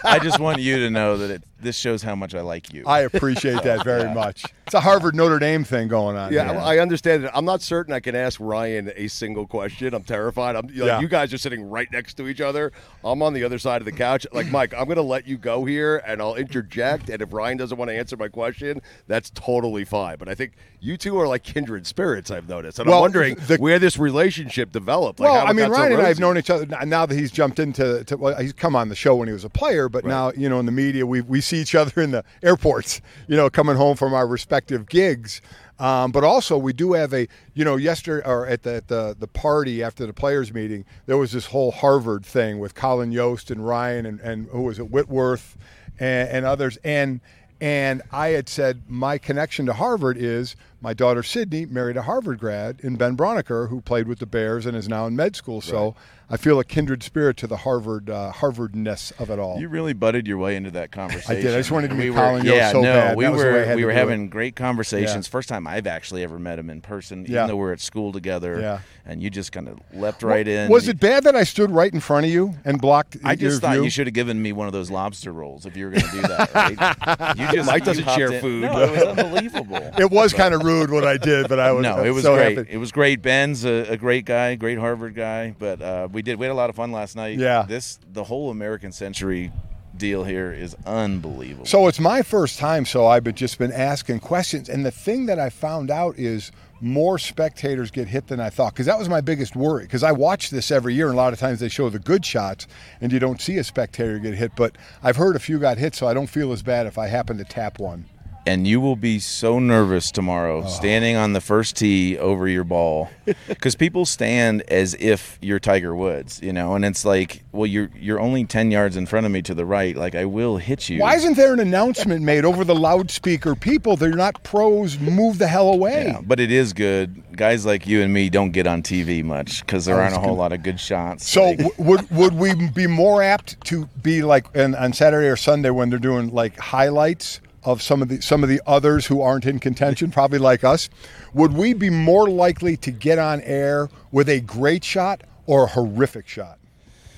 G: I just want you to know that it, this shows how much I like you.
B: I appreciate that *laughs* very
G: Yeah.
B: much. It's a Harvard Notre Dame thing going
A: Uh,
B: on.
A: Yeah,
B: here.
A: I I understand it. I'm not certain I can ask Ryan a single question. I'm terrified. I'm like,
B: Yeah.
A: you guys are sitting right next to each other. I'm on the other side of the couch. Like Mike, I'm going to let you go here, and I'll interject. And if Ryan doesn't want to answer my question, that's totally fine. But I think you two are like kindred spirits. I've noticed, and
B: Well,
A: I'm wondering where this relationship developed. Like,
B: well,
A: how it
B: I mean,
A: got so
B: Ryan and I have
A: rosy.
B: known each other n- now that he's jumped into. To, well, he's come on the show when he was a player, but now you know in the media we we see each other in the airports. You know, coming home from our respective gigs. Um, but also, we do have a you know yesterday or at the, at the the party after the players meeting, there was this whole Harvard thing with Colin Yost and Ryan and, and who was it Whitworth and, and others and. And I had said my connection to Harvard is my daughter Sydney married a Harvard grad in Ben Broniker, who played with the Bears and is now in med school. So I feel a kindred spirit to the Harvard uh, Harvardness of it all.
G: You really butted your way into that conversation.
B: I just wanted to meet
G: we
B: Colin
G: were,
B: Yost
G: yeah,
B: so
G: no,
B: bad.
G: we
B: That was the way I
G: were
B: had
G: we
B: to
G: were
B: do
G: having
B: it.
G: great conversations.
B: Yeah.
G: First time I've actually ever met him in person,
B: Yeah.
G: even though we are at school together.
B: Yeah.
G: And you just kind of leapt right in.
B: Was it bad that I stood right in front of you and blocked?
G: I just
B: your
G: thought
B: view?
G: you should have given me one of those lobster rolls if you were going to do that.
B: *laughs*
G: Right? You
A: Mike doesn't
G: hopped
A: share
G: in-
A: food.
G: No,
A: *laughs*
G: it was unbelievable.
B: It was kind of rude what I did, but I was
G: no, it was
B: so
G: great.
B: happy.
G: It was great. Ben's a, a great guy, great Harvard guy. But uh, we did we had a lot of fun last night.
B: Yeah.
G: this the whole American Century deal here is unbelievable.
B: So it's my first time, so I've been just been asking questions. And the thing that I found out is more spectators get hit than I thought, because that was my biggest worry. Because I watch this every year, and a lot of times they show the good shots, and you don't see a spectator get hit. But I've heard a few got hit, so I don't feel as bad if I happen to tap one.
G: and you will be so nervous tomorrow
B: Oh.
G: standing on the first tee over your
B: *laughs*
G: ball because people stand as if you're tiger woods you know and it's like well you're you're only 10 yards in front of me to the right like i will hit you
B: Why isn't there an announcement made over the loudspeaker? People, they're not pros. Move the hell away.
G: Yeah, but it is good guys like you and me don't get on tv much because there
B: I
G: aren't
B: was
G: a whole
B: gonna-
G: lot of good shots
B: So
G: Like-
B: w- would would we be more apt to be like and on Saturday or Sunday when they're doing like highlights of some of the some of the others who aren't in contention, probably like us? Would we be more likely to get on air with a great shot or a horrific shot?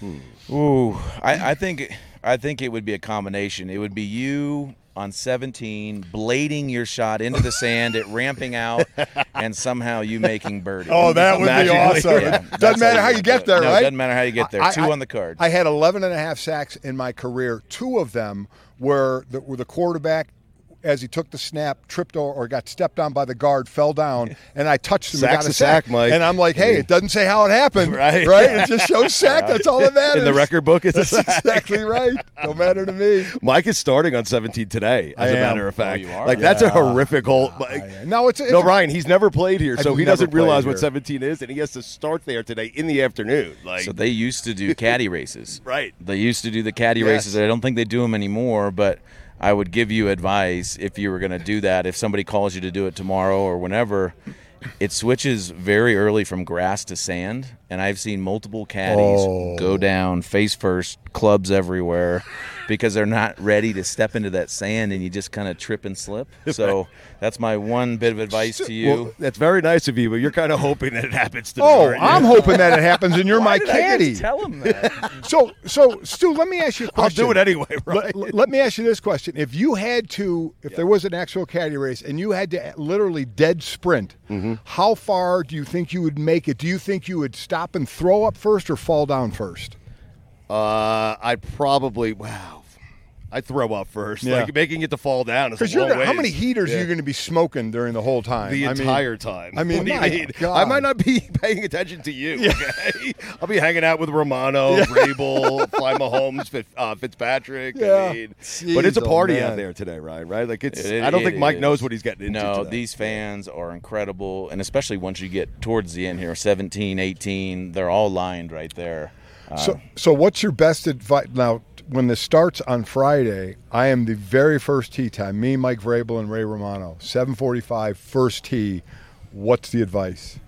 B: Hmm.
G: Ooh, I, I think I think it would be a combination. It would be you on 17 blading your shot into the sand, it ramping out, and somehow you making birdie.
B: Oh, that would be
G: Magically.
B: awesome.
G: Yeah,
B: Doesn't
G: that's
B: matter how
G: would
B: you
G: do
B: get
G: it.
B: there,
G: No,
B: right?
G: Doesn't matter how you get there.
B: I-
G: Two
B: I-
G: on the card.
B: I had 11 and a half sacks in my career. Two of them were the, were the quarterback as he took the snap, tripped or, or got stepped on by the guard,
A: *laughs*
B: fell down, and I touched him. and
A: Sack's
B: got a
A: a sack, Mike.
B: And I'm like, hey, it doesn't say how it happened, right?
A: *laughs* Right.
B: It just shows sack. That's all that
A: *laughs*
B: matters.
A: in the record book. It's a *laughs*
B: *laughs* That's
A: sack.
B: exactly right. No matter
A: *laughs*
B: to me.
A: Mike is starting on 17 today,
B: I
A: as a
B: am.
A: matter of
G: Oh,
A: fact.
G: you are?
A: Like, that's a horrific hole. like-
B: No, it's, it's
A: no, Ryan, he's never played here,
B: I've
A: so he
B: never
A: doesn't realize
B: played
A: what
B: here.
A: 17 is, and he has to start there today in the afternoon. Like,
G: so they used
A: *laughs*
G: to do caddy races.
A: Right.
G: They used to do the caddy
A: Yes.
G: races. I don't think they do them anymore, but I would give you advice if you were going to do that. If somebody calls you to do it tomorrow or whenever, it switches very early from grass to sand, and I've seen multiple caddies go
A: Oh.
G: down face first, clubs everywhere, because they're not ready to step into that sand, and you just kind of trip and
A: *laughs*
G: slip. So that's my one bit of advice to you.
A: Well, that's very nice of you, but you're kind of hoping that it happens today.
B: Oh,
A: aren't you?
B: I'm hoping that it happens, and you're my caddy.
G: tell him that.
B: *laughs* So, so Stu, let me ask you a
A: *laughs* I'll
B: question.
A: do it anyway, right?
B: Let, let me ask you this question: If you had to, if there was an actual caddy race and you had to literally dead sprint,
A: Mm-hmm.
B: how far do you think you would make it? Do you think you would stop and throw up first or fall down first?
A: *laughs* Uh, I probably wow. I throw up first.
B: Yeah.
A: Like making it to fall down is a
B: Because you're
A: long
B: gonna, how
A: ways.
B: many heaters
A: Yeah.
B: are you going to be smoking during the whole time?
A: The
B: I mean-
A: entire time.
B: I mean,
A: What do you
B: my
A: mean?
B: God.
A: *laughs* I might not be *laughs* paying attention to you. Okay, I'll be hanging out with Romano, Rabel, Fly Mahomes, Fitz, uh, Fitzpatrick.
G: Yeah.
A: I mean, but it's a
G: Jeez, oh,
A: party out
G: man.
A: there today, Ryan. Right? Like it's.
G: It-
A: I don't
G: it
A: think Mike
G: is.
A: knows what he's getting into.
G: No,
A: today.
G: these fans are incredible. And especially once you get towards the end here 17, 18, they're all lined right there. Uh,
B: So, so what's your best advice now? When this starts on Friday, I am the very first tee time. Me, Mike Vrabel, and Ray Romano. 7:45, first tee. What's the advice?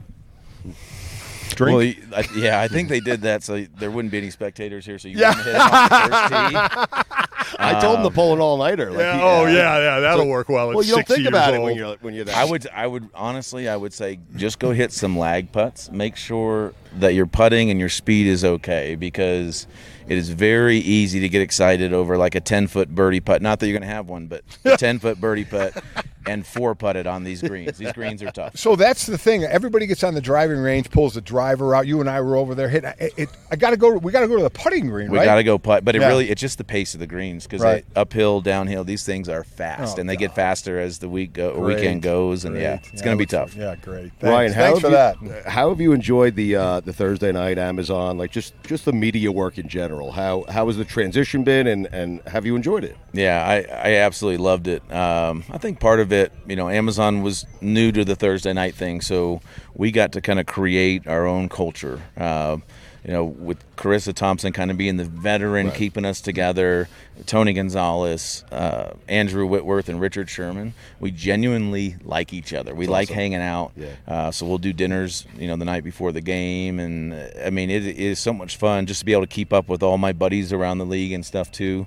B: Drink.
G: Well, y- I- yeah, I think they did that so there wouldn't be any spectators here, so you
B: Yeah.
G: wouldn't hit it off the first tee.
A: *laughs* I told him to
G: Um,
A: pull an all nighter.
G: Yeah, oh, yeah, yeah, that'll
B: work well at
A: Well, you don't
B: 60
A: think about
B: years
A: it when
B: old.
A: you're when you're that.
G: I would, I would honestly, I would say just go hit some lag putts. Make sure that your putting and your speed is okay because it is very easy to get excited over like a ten foot birdie putt. Not that you're going to have one, but a *laughs* ten foot birdie putt and four putted on these greens. These greens are tough.
B: So that's the thing. Everybody gets on the driving range, pulls the driver out. You and I were over there hitting. It, it, I got to go. We got to go to the putting green.
G: We
B: right?
G: got to go putt, but it
B: Yeah.
G: really it's just the pace of the greens because
B: Right.
G: uphill, downhill, these things are fast
B: Oh,
G: and they get faster as the week go, or
A: Great.
G: weekend goes, and yeah,
A: Great.
G: it's
A: Yeah,
G: going to be
A: looks
G: tough.
B: Yeah, great.
A: Ryan,
B: Thanks.
A: how have
B: Thanks for
A: you,
B: that.
A: How have you enjoyed the uh, the Thursday night Amazon? Like just just the media work in general. How how has the transition been, and and have you enjoyed it?
G: Yeah, I, I absolutely loved it. Um, I think part of it, you know, Amazon was new to the Thursday night thing, so we got to kind of create our own culture. Uh, you know, with Carissa Thompson kind of being the veteran,
A: Right.
G: keeping us together, Tony Gonzalez, uh, Andrew Whitworth, and Richard Sherman, we genuinely like each other. We
A: That's
G: like
A: awesome.
G: hanging out.
A: Yeah.
G: Uh, so we'll do dinners, you know, the night before the game, and uh, I mean, it is so much fun just to be able to keep up with all my buddies around the league and stuff too.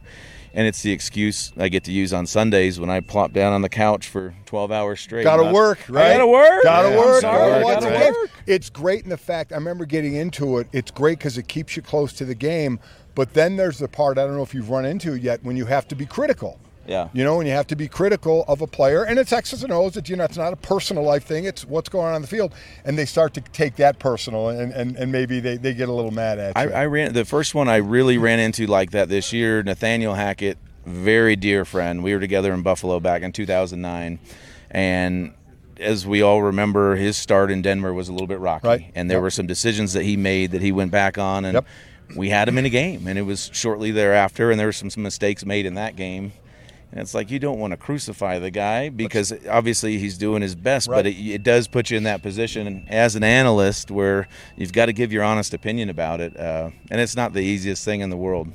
G: And it's the excuse I get to use on Sundays when I plop down on the couch for 12 hours straight.
B: Gotta
G: I'm not-
B: work, right?
G: I gotta work.
B: Gotta
G: Yeah, I'm
B: work.
G: sorry,
B: gotta
G: I
B: watch
G: gotta
B: the
G: work.
B: games. It's great in the fact I remember getting into it. It's great because it keeps you close to the game. But then there's the part I don't know if you've run into yet when you have to be critical.
G: Yeah.
B: You know, when you have to be critical of a player, and it's X's and O's. It's you know, it's not a personal life thing. It's what's going on on the field, and they start to take that personal, and and, and maybe they, they get a little mad at
G: I,
B: you.
G: I ran the first one I really ran into like that this year. Nathaniel Hackett, very dear friend. We were together in Buffalo back in 2009, and as we all remember, his start in Denver was a little bit rocky,
B: Right.
G: and there
B: Yep.
G: were some decisions that he made that he went back on, and
B: Yep.
G: we had him in a game, and it was shortly thereafter, and there were some, some mistakes made in that game. And it's like you don't want to crucify the guy because obviously he's doing his best, but
B: Right.
G: it, it does put you in that position as an analyst where you've got to give your honest opinion about it, uh, and it's not the easiest thing in the world.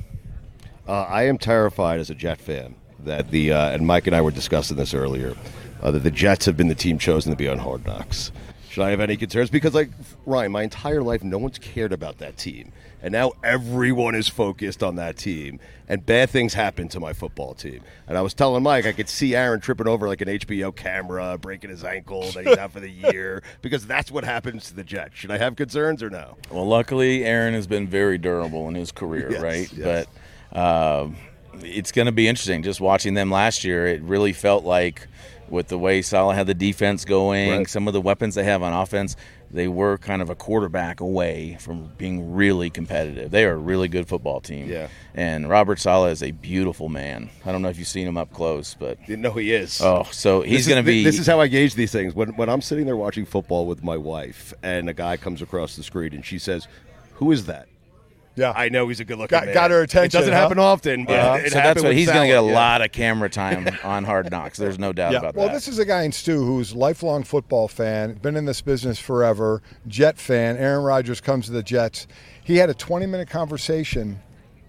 A: Uh, I am terrified as a Jet fan that the uh, and Mike and I were discussing this earlier uh, that the Jets have been the team chosen to be on Hard Knocks. Should I have any concerns? Because like Ryan, my entire life, no one's cared about that team, and now everyone is focused on that team. And bad things happen to my football team. And I was telling Mike, I could see Aaron tripping over like an HBO camera, breaking his ankle, that he's out *laughs* for the year. Because that's what happens to the Jets. Should I have concerns or no?
G: Well, luckily, Aaron has been very durable in his career,
A: Yes,
G: right?
A: yes.
G: But um it's going to be interesting. Just watching them last year, it really felt like with the way Salah had the defense going,
A: Right.
G: some of the weapons they have on offense, they were kind of a quarterback away from being really competitive. They are a really good football team.
A: Yeah.
G: And Robert Sala is a beautiful man. I don't know if you've seen him up close, but
A: You know he is.
G: oh, so
A: This
G: he's
A: is-
G: going to be. Uh,
A: This is how I gauge these things. When when I'm sitting there watching football with my wife, and a guy comes across the screen, and she says, "Who is that?"
B: yeah,
A: I know he's a good-looking.
B: Got-
A: man.
B: got her
A: It
B: attention,
A: doesn't
B: huh?
A: happen often, but
G: Yeah,
A: it
G: so
A: happened
G: that's what
A: with
G: he's going to
A: Salah,
G: get a
A: yeah.
G: lot of camera time on Hard Knocks. There's no doubt about
B: well,
G: that.
B: this is a guy in Stu who's lifelong football fan, been in this business forever, Jet fan. Aaron Rodgers comes to the Jets. He had a 20-minute conversation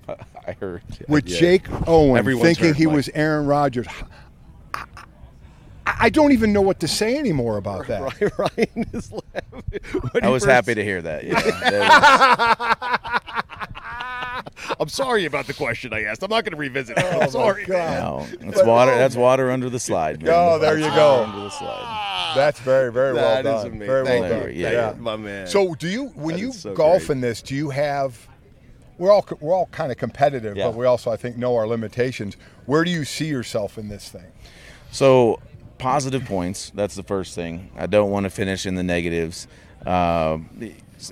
G: I heard.
B: with Jake Owen,
A: Everyone's
B: thinking
A: heard,
B: he
A: Mike.
B: was Aaron Rodgers. I, I- I don't even know what to say
A: *laughs*
B: anymore about that.
A: Ryan is laughing. When
G: I
A: he
G: was
A: first-
G: happy to hear that. Yeah, That
A: I'm sorry about the question I asked. I'm not going to revisit it.
B: Oh, my
A: I'm sorry.
B: God.
G: was- no, that's water. That's water under the slide. Man.
B: Oh, there you
G: That's
B: go.
G: water Under the slide.
B: That's very, very well
A: That
B: done.
A: is amazing.
B: Very well
A: Thank
B: done.
G: you. Thank
B: yeah,
A: you, my man.
B: So, do you when
A: That
B: you
A: is so
B: golf
A: great.
B: in this, do you have? We're all we're all kind of competitive,
G: Yeah.
B: but we also I think know our limitations. Where do you see yourself in this thing?
G: So positive points. That's the first thing. I don't want to finish in the negatives. Um,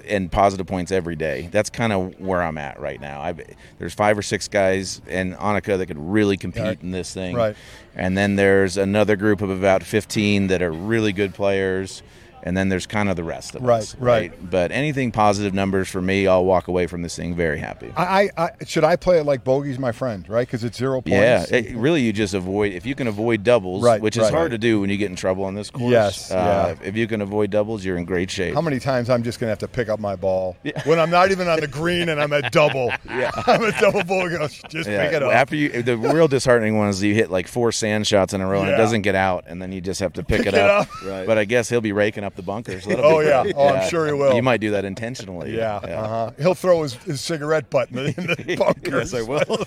G: and positive points every day. That's kind of where I'm at right now. I've, there's five or six guys and Annika that could really compete
B: Right.
G: in this thing.
B: Right.
G: And then there's another group of about 15 that are really good players. And then there's kind of the rest of
B: Right,
G: us.
B: right.
G: But anything positive numbers for me, I'll walk away from this thing very happy.
B: I, I, I should I play it like Bogey's my friend, right? Because it's zero points.
G: Yeah, it, really, you just avoid if you can avoid doubles,
B: Right,
G: which is
B: right.
G: hard to do when you get in trouble on this course.
B: Yes,
G: uh, If you can avoid doubles, you're in great shape.
B: How many times I'm just gonna have to pick up my ball when I'm not even on the green and I'm
A: *laughs*
B: at double. yeah. *laughs* I'm at double bogey. Just
G: Yeah,
B: pick it up.
G: After you, the real disheartening one is you hit like four sand shots in a row and
B: Yeah.
G: it doesn't get out, and then you just have to pick,
B: Pick
G: it,
B: it
G: up.
B: up. Right.
G: But I guess he'll be raking up the bunkers. That'll
B: Oh,
G: be
B: yeah.
G: great.
B: Oh, I'm sure he will.
G: You might do that intentionally.
B: yeah, Uh-huh. he'll throw his, his cigarette butt in the, in the
A: *laughs*
B: bunker.
A: Yes, I will.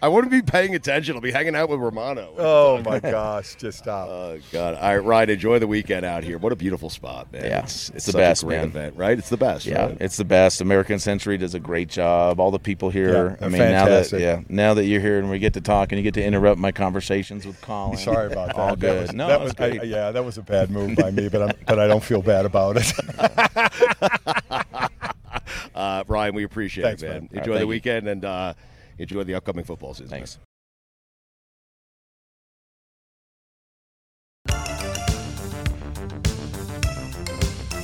A: I wouldn't be paying attention. I'll be hanging out with Romano.
B: oh
A: *laughs*
B: my gosh, just stop.
A: Oh God! All right, Ryan, enjoy the weekend out here. What a beautiful spot, man!
G: Yeah,
A: it's,
G: it's
A: it's
G: the
A: such
G: best,
A: a great
G: man.
A: event, right? It's the best.
G: Yeah,
A: right?
G: it's the best. American Century does a great job. All the people here.
B: Yeah,
G: I mean,
B: fantastic.
G: now that yeah, now that you're here and we get to talk and you get to interrupt my conversations with Colin.
B: Sorry about that.
G: All
B: That
G: good.
B: was-
G: no,
B: that
G: it's
B: was, I-
G: great.
B: yeah, that was a bad move by me, but I'm, but I don't feel bad about it.
A: uh, Ryan, we appreciate
B: Thanks,
A: it,
B: man.
A: man.
B: All right,
A: Enjoy
B: thank
A: the
B: you.
A: weekend and uh, enjoy the upcoming football season.
G: Thanks.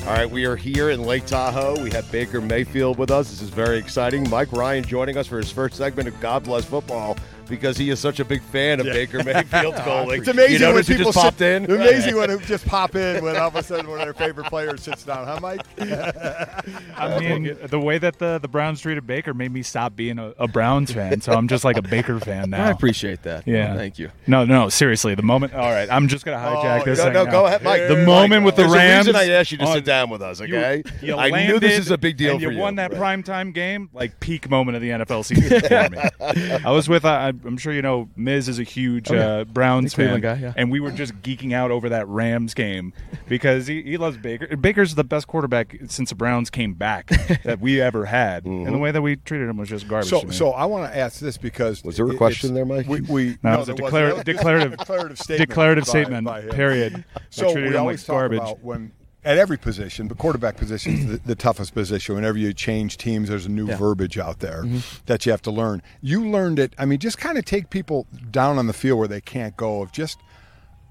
A: All right, we are here in Lake Tahoe. We have Baker Mayfield with us. This is very exciting. Mike Ryan joining us for his first segment of God Bless Football because he is such a big fan
B: *laughs*
A: of Baker Mayfield. Coley.
B: It's amazing
A: You notice
B: when
A: it
B: people
A: just popped
B: sit-
A: in. *laughs*
B: Amazing when it just pop in when all of a sudden one of their favorite players sits down. Huh, Mike?
E: I mean, the way that the, the Browns treated Baker made me stop being a, a Browns fan, so I'm just like a Baker fan now.
H: *laughs* I appreciate that.
E: Yeah.
H: Thank you.
E: No, no, seriously. The moment. All right, I'm just gonna hijack
A: Oh,
E: this.
A: no,
E: thing
A: no,
E: now.
A: go ahead, Mike.
E: The
A: Here
E: moment
A: we
E: with
A: go.
E: the
A: There's
E: Rams.
A: a reason I asked you to
E: on-
A: sit down with us,
E: You-
A: okay?
E: you
A: I knew this
E: landed
A: is a big deal
E: and
A: for you.
E: You won that
A: Right.
E: primetime game, like peak moment of the NFL season for
A: *laughs*
E: me. I was with, uh, I- I'm sure you know, Miz is a huge
H: Oh, yeah.
E: uh, Browns
H: The
E: fan,
H: Cleveland guy, yeah.
E: and we were just geeking out over that Rams game because he, he loves Baker. Baker's the best quarterback since the Browns
H: *laughs*
E: came back that we ever had,
H: Mm-hmm.
E: and the way that we treated him was just garbage.
B: So,
E: to me.
B: so I want to ask this because was
A: there a question there, Mike?
B: We, we
E: No, it was a
B: there wasn't.
E: declara-
B: That was-
E: declarative-
B: declarative statement.
E: declarative
B: by-
E: statement,
B: by him.
E: period. I
B: So
E: treated
B: we
E: him
B: always
E: like
B: talk
E: garbage.
B: about when at every position, but quarterback position is the, the toughest position. Whenever you change teams, there's a new verbiage out there
A: Mm-hmm.
B: that you have to learn. You learned it. I mean, just kind of take people down on the field where they can't go. Of just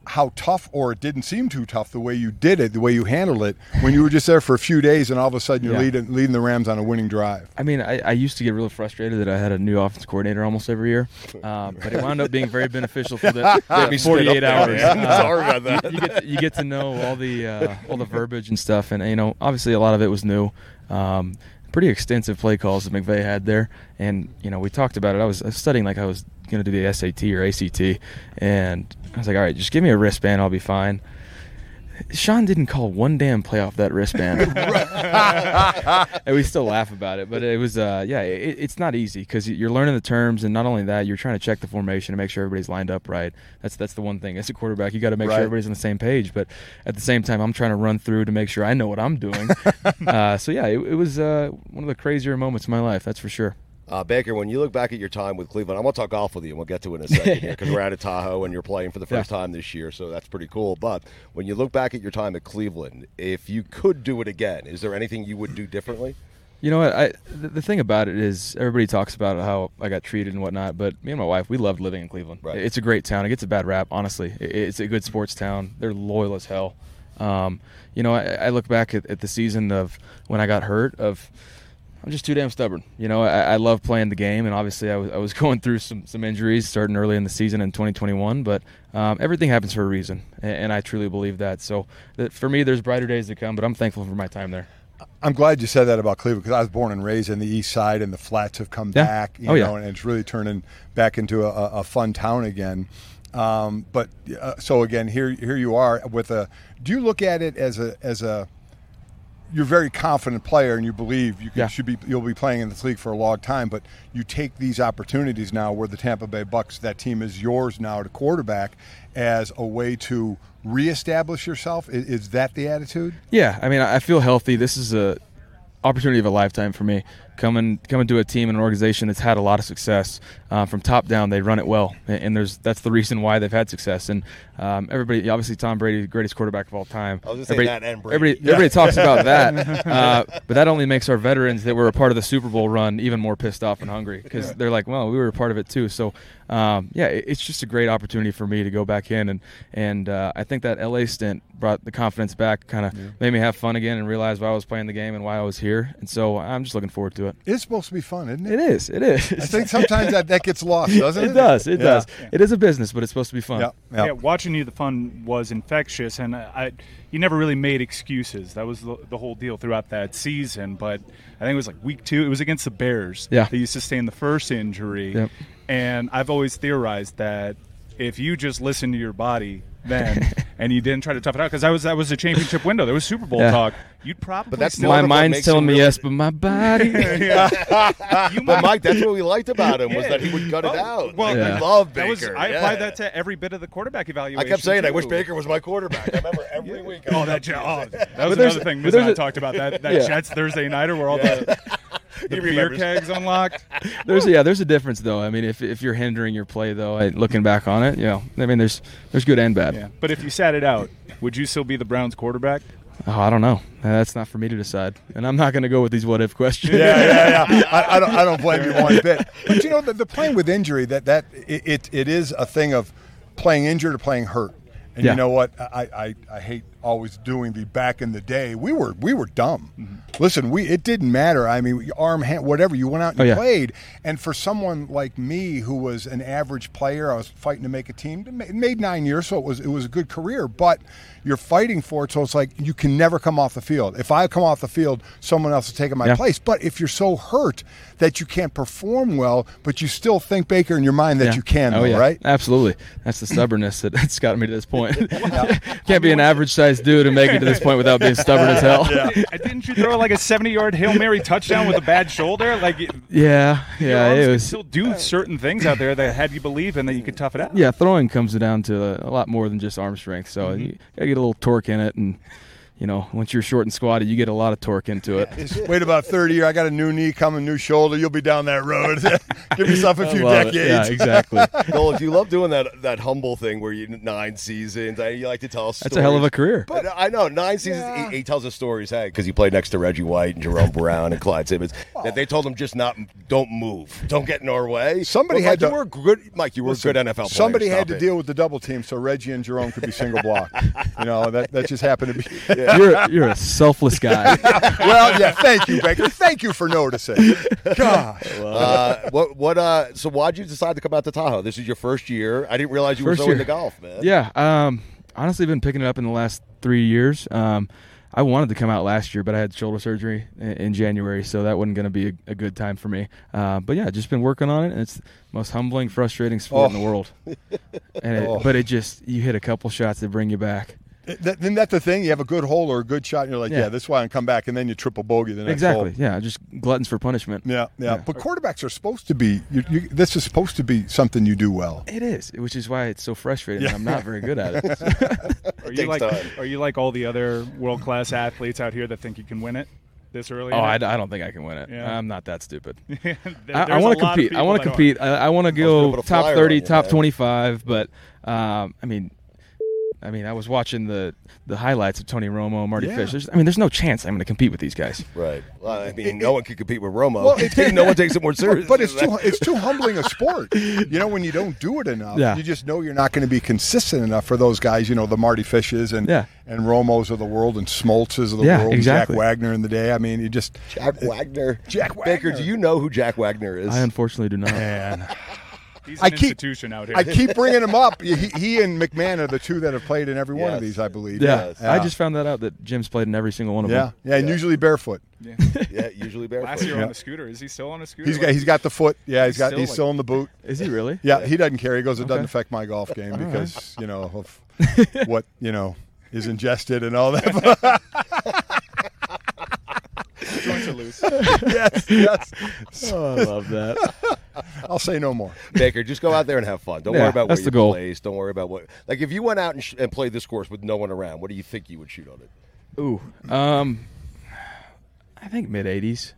B: how tough or it didn't seem too tough the way you did it, the way you handled it when you were just there for a few days, and all of a sudden you're
H: Yeah.
B: leading leading the Rams on a winning drive.
H: I mean, I, I used to get really frustrated that I had a new offense coordinator almost every year, uh, but it wound up being very beneficial
B: *laughs*
H: for the,
A: Let *laughs*
H: the
A: me spit
H: 48
A: up
H: hours.
A: there. *laughs* Sorry about that.
H: You, you get, you get to know all the uh, all the verbiage and stuff, and you know, obviously a lot of it was new. Um, pretty extensive play calls that McVay had there, and you know, we talked about it. I was, I was studying like I was going to do the SAT or ACT, and I was like, all right, just give me a wristband, I'll be fine. Sean didn't call one damn play off that wristband. *laughs* and we still laugh about it, but it was, uh, yeah, it, it's not easy because you're learning the terms, and not only that, you're trying to check the formation and make sure everybody's lined up right. That's that's the one thing. As a quarterback, you got to make
B: Right.
H: sure everybody's on the same page. But at the same time, I'm trying to run through to make sure I know what I'm doing. uh, so yeah, it, it was uh, one of the crazier moments of my life, that's for sure.
A: Uh, Baker, when you look back at your time with Cleveland, I'm going to talk golf with you, and we'll get to it in a second here because we're out of Tahoe and you're playing for the first time this year, so that's pretty cool. But when you look back at your time at Cleveland, if you could do it again, is there anything you would do
B: *laughs*
A: differently? *laughs*
H: You know what? I the, the thing about it is everybody talks about how I got treated and whatnot, but me and my wife we loved living in Cleveland.
A: Right.
H: It's a great town. It gets a bad rap, honestly. It, it's a good sports town. They're loyal as hell. Um, you know, I, I look back at, at the season of when I got hurt. Of I'm just too damn stubborn. You know, I, I love playing the game, and obviously I was I was *laughs* going through some some injuries starting early in the season in 2021, but um, everything happens for a reason, and, and I truly believe that. So that for me, there's brighter days to come, but I'm thankful for my time there.
B: I'm glad you said that about Cleveland because I was born and raised in the East Side, and the flats have come
H: Yeah.
B: back. You
H: Oh,
B: know,
H: yeah.
B: and it's really turning back into a, a a fun town again. Um, but uh, so again, here here you are with a. Do you look at it as a as a you're a very confident player and you believe you can,
H: Yeah.
B: should be you'll be playing in this league for a long time but you take these opportunities now where the Tampa Bay Bucks that team is yours now to quarterback as a way to reestablish yourself is, is that the attitude
H: Yeah, I mean, I I feel healthy. This is a opportunity of a lifetime for me. coming coming to a team and an organization that's had a lot of success uh, from top down. They run it well, and, and there's that's the reason why they've had success. And um, everybody, obviously, Tom Brady, greatest quarterback of all time.
A: I was gonna say that and Brady.
H: Everybody,
A: Yeah.
H: everybody talks about
A: *laughs*
H: that, uh, but that only makes our veterans that were a part of the Super Bowl run even more pissed off and hungry because
E: Yeah.
H: they're like, well, we were a part of it too. So, um, yeah, it- it's just a great opportunity for me to go back in and and uh, I think that LA stint brought the confidence back, kind of
B: Yeah.
H: made me have fun again and realize why I was playing the game and why I was here. And so I'm just looking forward to it.
B: It's supposed to be fun, isn't it?
H: It is. It is.
B: I think sometimes that, that gets lost, doesn't it?
H: It does. It
B: Yeah.
H: does. It is a business, but it's supposed to be fun.
E: Yeah, watching you, the fun was infectious, and I, you never really made excuses. That was the, the whole deal throughout that season. But I think it was like week two. It was against the Bears.
H: Yeah.
E: that you sustained the first injury,
H: Yep.
E: and I've always theorized that if you just listen to your body
H: *laughs*
E: then and you didn't try to tough it out, because that was that was the championship window. There was Super Bowl
H: Yeah.
E: talk. You'd probably still
H: my mind's telling me yes, but
B: *laughs*
H: my body.
E: *laughs*
A: but Mike, that's what we liked about him was that he would cut
B: Oh,
A: it out. Oh, Well, we love
E: that
A: Baker.
E: was- I
A: yeah.
E: applied that to every bit of the quarterback evaluation.
A: I kept saying, I
E: too.
A: wish Baker was my quarterback. *laughs* I remember every week. I
E: *laughs* Oh,
A: was *laughs*
E: that,
A: like,
E: oh, that
A: But
E: was
A: there's-
E: another thing.
A: but
E: Miz
A: there's
E: and I
A: a-
E: talked about that. That
H: Yeah.
E: Jets Thursday nighter where all *laughs* the, the beer
H: remembers.
A: *laughs*
E: kegs unlocked.
H: There's yeah, there's a difference though. I mean, if, if you're hindering your play though, I, looking back on it, you know, I mean, there's there's good and bad.
E: Yeah. But if you sat it out, would you still be the Browns quarterback?
H: Oh, I don't know. Uh, That's not for me to decide, and I'm not going to go with these what if questions.
B: yeah, yeah,
H: *laughs*
B: yeah. I, I don't, I don't blame you one bit. But you know, the, the playing with injury that that it, it, it is a thing of playing injured or playing hurt. And
H: Yeah.
B: you know what? I, I, I hate always doing the back in the day. We were we were dumb. Listen, we it didn't matter. I mean, your arm, hand, whatever. You went out and
H: Oh, yeah.
B: played. And for someone like me, who was an average player, I was fighting to make a team. It ma- it made nine years, so it was it was a good career. But you're fighting for it, so it's like you can never come off the field. If I come off the field, someone else is taking my
H: Yeah.
B: place. But if you're so hurt that you can't perform well, but you still think Baker in your mind that
H: Yeah.
B: you can,
H: Oh,
B: though,
H: yeah.
B: right?
H: Absolutely. That's the stubbornness that, *laughs* that's gotten me to this
B: *laughs*
H: point. *laughs* Can't be an average sized dude and make it to this point without being stubborn as
E: *laughs*
H: hell.
E: I- Didn't you throw like a 70 yard Hail Mary touchdown with a bad shoulder? Like, it-
H: *laughs* Yeah,
E: your
H: yeah,
E: arms
H: it
E: can
H: was-
E: still do certain things out there that had you believe in that you could tough it out.
H: Yeah, throwing comes down to a lot more than just arm strength. So
B: Mm-hmm.
E: Mhm.
H: you gotta get a little torque in it, and you know, once you're short and squatty, you get a lot of torque into it.
B: Just wait about 30 year. I got a new knee coming, new shoulder. You'll be down that road. *laughs* Give yourself a
H: I
B: few
H: love it.
B: decades. *laughs*
H: Yeah, exactly.
A: Noel, do you love doing that that humble thing where you nine seasons? I, you like to tell.
H: That's a hell of a career.
A: But uh, I know nine seasons. He, he tells us stories. Hey, because he played next to Reggie White and Jerome Brown and Clyde Simmons. That they told him just not don't move, don't get in our way.
B: Somebody
A: But,
B: had
A: Mike,
B: to-
A: you were good, Mike. You were a
B: Listen,
A: good NFL. player.
B: Somebody
A: Stop
B: had to
A: it.
B: deal with the double team, so Reggie and Jerome could be single block. you know that that just happened
A: *laughs*
B: to be.
H: You're *laughs* you're
B: *laughs*
H: a selfless guy.
B: well, yeah. Thank you, Baker. Thank you for
H: *laughs*
B: noticing. Gosh.
A: Uh, what what? Uh, so why'd you decide to come out to Tahoe? This is your first year. I didn't realize you were so into golf, man.
H: Yeah. Um, honestly, been picking it up in the last three years. Um, I wanted to come out last year, but I had shoulder surgery in, in January, so that wasn't going to be a, a good time for me. Uh, but yeah, just been working on it, and it's the most humbling, frustrating sport in
B: Oh. *laughs*
H: the world. And it,
B: Oh.
H: but it just you hit a couple shots that bring you back.
B: Th- Isn't that the thing? You have a good hole or a good shot, and you're like, yeah,
H: Yeah.
B: this is why I come back, and then you triple bogey the next hole.
H: Exactly. Yeah, just gluttons for punishment.
B: Yeah, yeah, But quarterbacks are supposed to be. You, you, this is supposed to be something you do well.
H: It is, which is why it's so frustrating.
B: Yeah.
H: I'm not very good at it.
E: *laughs* Are you like are you like all the other world class athletes out here that think you can win it this early?
H: Oh,
E: in it?
H: I, I don't think I can win it.
E: Yeah.
H: I'm not that stupid.
E: *laughs* There-
H: I, want
E: there's a
H: to
E: lot of
H: compete. I
E: people
H: want
E: that
H: to
E: are.
H: compete. I, I want to go
E: put a
H: top
E: flyer on
H: 30,
E: you,
H: top
E: man.
H: 25. But um, I mean, I mean, I was watching the the highlights of Tony Romo, Marty
A: Yeah.
H: Fish. There's, I mean, there's no chance I'm going to compete with these guys.
A: Right. Well, I mean, no one can compete with Romo.
B: Well,
A: *laughs*
B: it- *laughs*
A: no one takes it more seriously.
B: But it's
A: than
B: too
A: that.
B: it's too humbling
A: *laughs*
B: a sport. You know, when you don't do it enough,
H: Yeah.
B: Um, you just know you're not going to be consistent enough for those guys. You know, the Marty Fishes and
H: Yeah.
B: and Romos of the world and Smoltzes of the
H: Yeah,
B: world,
H: exactly.
B: and Jack Wagner in the day. I mean, you just uh,
A: Jack Wagner.
B: Jack
A: Baker, do you know who Jack Wagner is?
H: I unfortunately do not.
E: He's an
B: I keep
E: institution out here.
B: I
E: *laughs*
B: keep bringing him up. He, he and McMahon are the two that have played in every one
E: Yes.
B: of these, I believe.
H: Yeah. I just found that out that Jim's played in every single one of
B: yeah,
H: them.
B: yeah, and usually barefoot.
E: Yeah.
H: *laughs*
A: yeah, usually barefoot.
E: Last year
B: *laughs* Yeah.
E: on the scooter. Is he still on a scooter?
B: He's got
E: Like-
B: he's got the foot. Yeah, he's
E: He's
B: got
E: still
B: he's
E: like-
B: still in the boot.
H: Is he really?
B: Yeah, he doesn't care. He goes, it doesn't
H: Okay.
B: affect my golf game
H: All right.
B: because you know
H: *laughs*
B: of what
A: *laughs*
B: you know is ingested and all
E: *laughs*
B: that.
E: Joints are loose.
B: *laughs* yes, yes.
H: Oh, I love that.
B: *laughs* I'll say no more.
A: *laughs* Baker, just go out there and have fun. Don't
H: Yeah,
A: worry about
H: that's
A: where
H: the
A: you
H: goal.
A: place. Don't worry about what. Like, if you went out and, sh- and played this course with no one around, what do you think you would shoot on it?
H: Ooh. Um, I think mid 80s.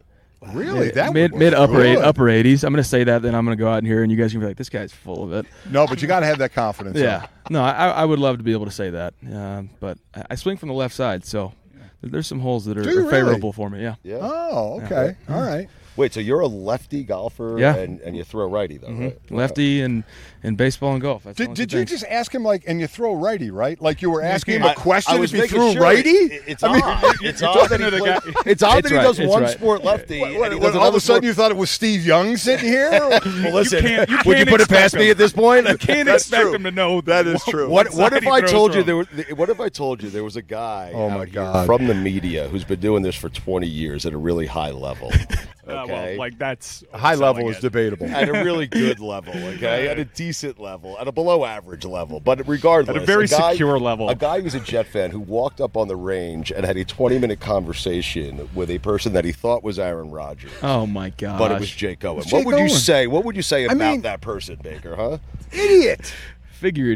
B: Really?
H: Mid-
B: That would
H: mid
B: work.
H: mid upper eight,
B: Really?
H: upper eighties. I'm gonna say that, then I'm gonna go out in here, and you guys are gonna be like, "This guy's full of it."
B: *laughs* No, but you got to have that confidence. huh?
H: Yeah. No, I, I would love to be able to say that, um, but I I swing from the left side, so there's some holes that are,
A: Do you
H: are
A: really?
H: favorable for me. Yeah.
A: Yeah.
B: Oh,
H: Yeah.
B: okay. All right.
A: Wait, so you're a lefty golfer
H: Yeah.
A: and, and you throw righty, though,
H: Mhm.
A: right?
H: Lefty and and baseball and golf. That's the
B: Did,
H: only
B: did
H: two
B: you
H: things.
B: just ask him like, and you throw righty, right? Like you were asking him
A: I-
B: a question
A: I was
B: if he
A: making
B: threw
A: sure
B: righty.
A: it- it's odd. It's
B: *laughs* You're
A: odd
B: talking
A: that he
B: to the
A: plays-
B: guy-
A: *laughs* it's odd that he
B: right,
A: does
B: it's
A: one
B: right.
A: sport lefty
B: What-
A: and
B: what-
A: he
B: what,
A: does
B: all of
A: another
B: a sudden,
A: sport-
B: you thought it was Steve Young sitting here.
A: *laughs* well, listen, would you put it past me at this point? That's true.
B: That is true.
A: What What if I told you there? Was, what if I told you there was a guy?
B: Oh,
A: out
B: my
A: here
B: God.
A: From the media, who's been doing this for 20 years at a really high
H: *laughs*
A: level.
E: Uh, well,
A: Okay,
E: like, that's
B: high level
E: selling
B: is
E: it.
B: debatable.
A: at a
E: *laughs*
A: really good level. Okay, at a decent level, at a below average level, but regardless,
E: At a very
A: guy-
E: secure
B: *laughs*
E: level.
A: A guy who's a Jet fan who walked up on the range and had a 20 minute conversation with a person that he thought was Aaron Rodgers.
H: Oh my *laughs* god!
A: But it was Jake Owen.
B: It's
A: what
B: Jake
A: would
B: Owen.
A: you say? What would you say
B: I
A: about
B: mean-
A: that person, Baker? Huh?
B: Idiot.
H: Figure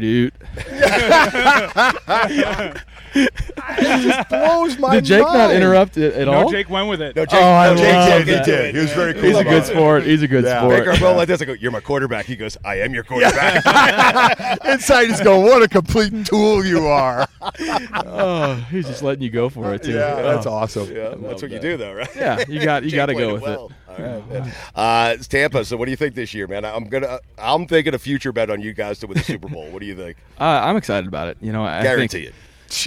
B: *laughs*
H: it
B: It just blows my
H: out. Did Jake not
B: mind.
H: interrupt it at
E: no,
H: all?
E: Jake went with it.
A: No,
H: oh, I
A: Jake
H: love
A: did. He
H: that.
A: did. He was very cool.
H: He's a
A: about
H: good
A: it.
H: sport. He's a good
B: Yeah.
H: sport.
A: Baker Bowl like this. I go, "You're my quarterback." He goes, "I am your quarterback." *laughs*
B: Inside is going, what a complete tool
A: *laughs*
B: you are.
H: *laughs*
B: Uh,
H: oh, he's just letting you go for it too.
B: Yeah, that's
H: Oh.
B: awesome.
A: Yeah, that's what you do, though, right?
H: Yeah, you got- you
A: Jake
H: gotta
A: played
H: go with it.
A: All right, man. Uh, it's Tampa. So, what do you think this year, man? I'm gonna. I'm thinking a future bet on you guys to win the Super Bowl. What do you
E: *laughs*
A: think?
H: Uh, I'm excited about it. You know, I
A: Guarantee
H: think,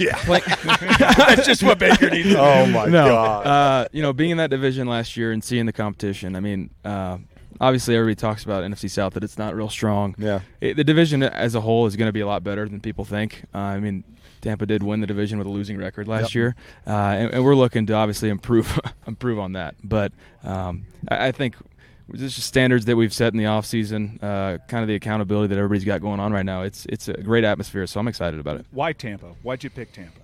A: it.
B: Yeah.
E: *laughs*
A: That's just what Baker needs. to
B: Oh
A: do.
B: my
H: no,
B: god.
H: uh, you know, being in that division last year and seeing the competition. I mean, uh, obviously everybody talks about NFC South that it's not real strong.
B: Yeah.
H: It- the division as a whole is going to be a lot better than people think. Uh, I mean, Tampa did win the division with a losing record last year, uh, and, and we're looking to obviously improve *laughs* improve on that. But um, I, I think. Just the standards that we've set in the off season, uh, kind of the accountability that everybody's got going on right now. It's it's a great atmosphere, so I'm excited about it.
E: Why Tampa? Why'd you pick Tampa?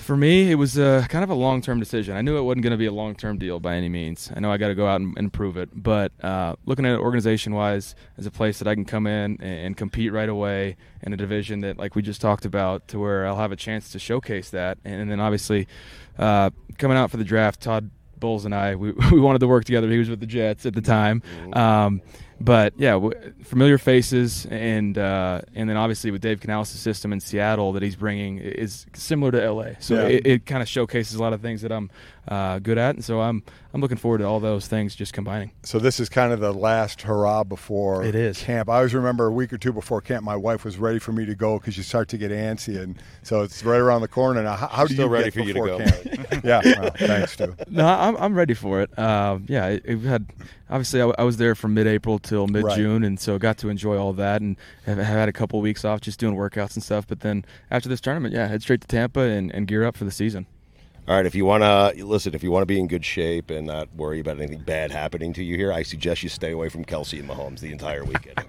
H: For me, it was uh, kind of a long term decision. I knew it wasn't going to be a long term deal by any means. I know I got to go out and, and prove it. But uh, looking at it organization wise, as a place that I can come in and, and compete right away in a division that, like we just talked about, to where I'll have a chance to showcase that. And, then obviously, uh, coming out for the draft, Todd Bowles and I, we, *laughs* we wanted to work together. He was with the Jets at the time. Um, but yeah, w- familiar faces, and uh, and then obviously with Dave Canales' system in Seattle that he's bringing i- is similar to LA. So
B: Yeah.
H: it, it kind of showcases a lot of things that I'm uh, good at, and so I'm I'm looking forward to all those things just combining.
B: So this is kind of the last hurrah before *laughs*
H: It is.
B: camp. I always remember a week or two before camp, my wife was ready for me to go because you start to get antsy, and so it's right around the corner. Now, how, how do
A: Still
B: you
A: ready
B: get
A: for you to
B: before
A: go. *laughs*
B: Camp? yeah, well, uh, thanks, Stu.
H: No, I'm I'm ready for it. Um, yeah, it, it had obviously I, w- I was there from mid-April till mid-June, and so got to enjoy all that, and have, have had a couple weeks off just doing workouts and stuff. But then after this tournament, yeah, head straight to Tampa and, and gear up for the season.
A: All right, if you want to listen, if you want to be in good shape and not worry about anything bad happening to you here, I suggest you stay away from Kelsey and Mahomes the entire weekend.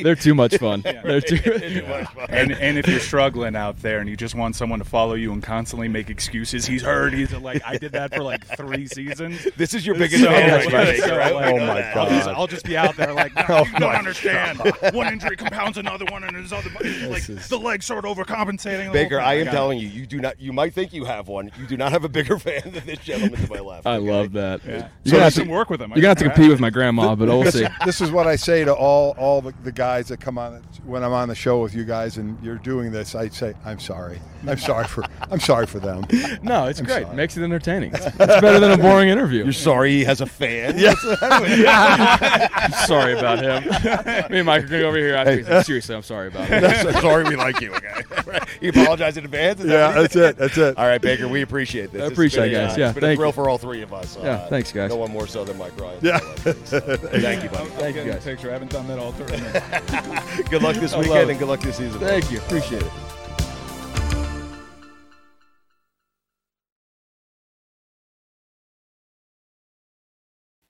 H: *laughs* They're too much fun. They're *laughs* too.
E: *laughs* And and if you're struggling out there and you just want someone to follow you and constantly make excuses, he's hurt. He's like, I did that for like three seasons.
A: *laughs* This is your biggest
E: So,
A: advantage,
E: like,
A: right?
E: so,
A: Right?
E: like,
B: Oh, my
E: I'll just,
B: God.
E: I'll just be out there like, no, you don't understand. One injury compounds another one, and there's other like the leg sort of overcompensating. the whole
A: Baker,
E: thing.
A: I am
E: got it.
A: telling you, you do not. You might think you have one. You do not have a bigger *laughs* fan than this gentleman to my left.
H: I
A: okay?
H: love that.
E: So
H: You're gonna
E: do
H: have to,
E: some work with him. I
H: you're gonna have to
E: guess,
H: compete with my grandma, but we'll see.
B: this is what I say to all all the, the guys that come on when I'm on the show with you guys, and you're doing this. I say, I'm sorry. I'm sorry for. I'm sorry for them.
H: No, it's great.
B: sorry.
H: Makes it
B: *laughs*
H: entertaining. It's, it's better than a boring
A: *laughs*
H: interview.
A: You're sorry he has a fan.
H: *laughs*
A: Yes.
H: I'm sorry about him. Me and Mike are going over here. after
A: *laughs*
H: he's like, Seriously, I'm sorry about him.
A: sorry we like you. Okay. *laughs* you apologize in advance. Is that
B: Yeah,
A: what you
B: that's
A: said?
B: it, that's it.
A: All right, Baker, we appreciate this.
H: I
A: It's
H: appreciate
A: been a,
H: it, guys.
A: uh,
H: Yeah,
A: it's been a
H: thank
A: thrill
H: you.
A: for all three of us. Uh,
H: Yeah, thanks, guys.
A: No one more so than Mike Ryan.
B: Yeah.
A: Thank you, buddy.
H: Thank you guys.
E: Picture. I haven't done that
A: *laughs*
E: all through.
A: Good luck this
H: love
A: weekend
H: it.
A: and good luck this season.
H: Thank you. Appreciate it.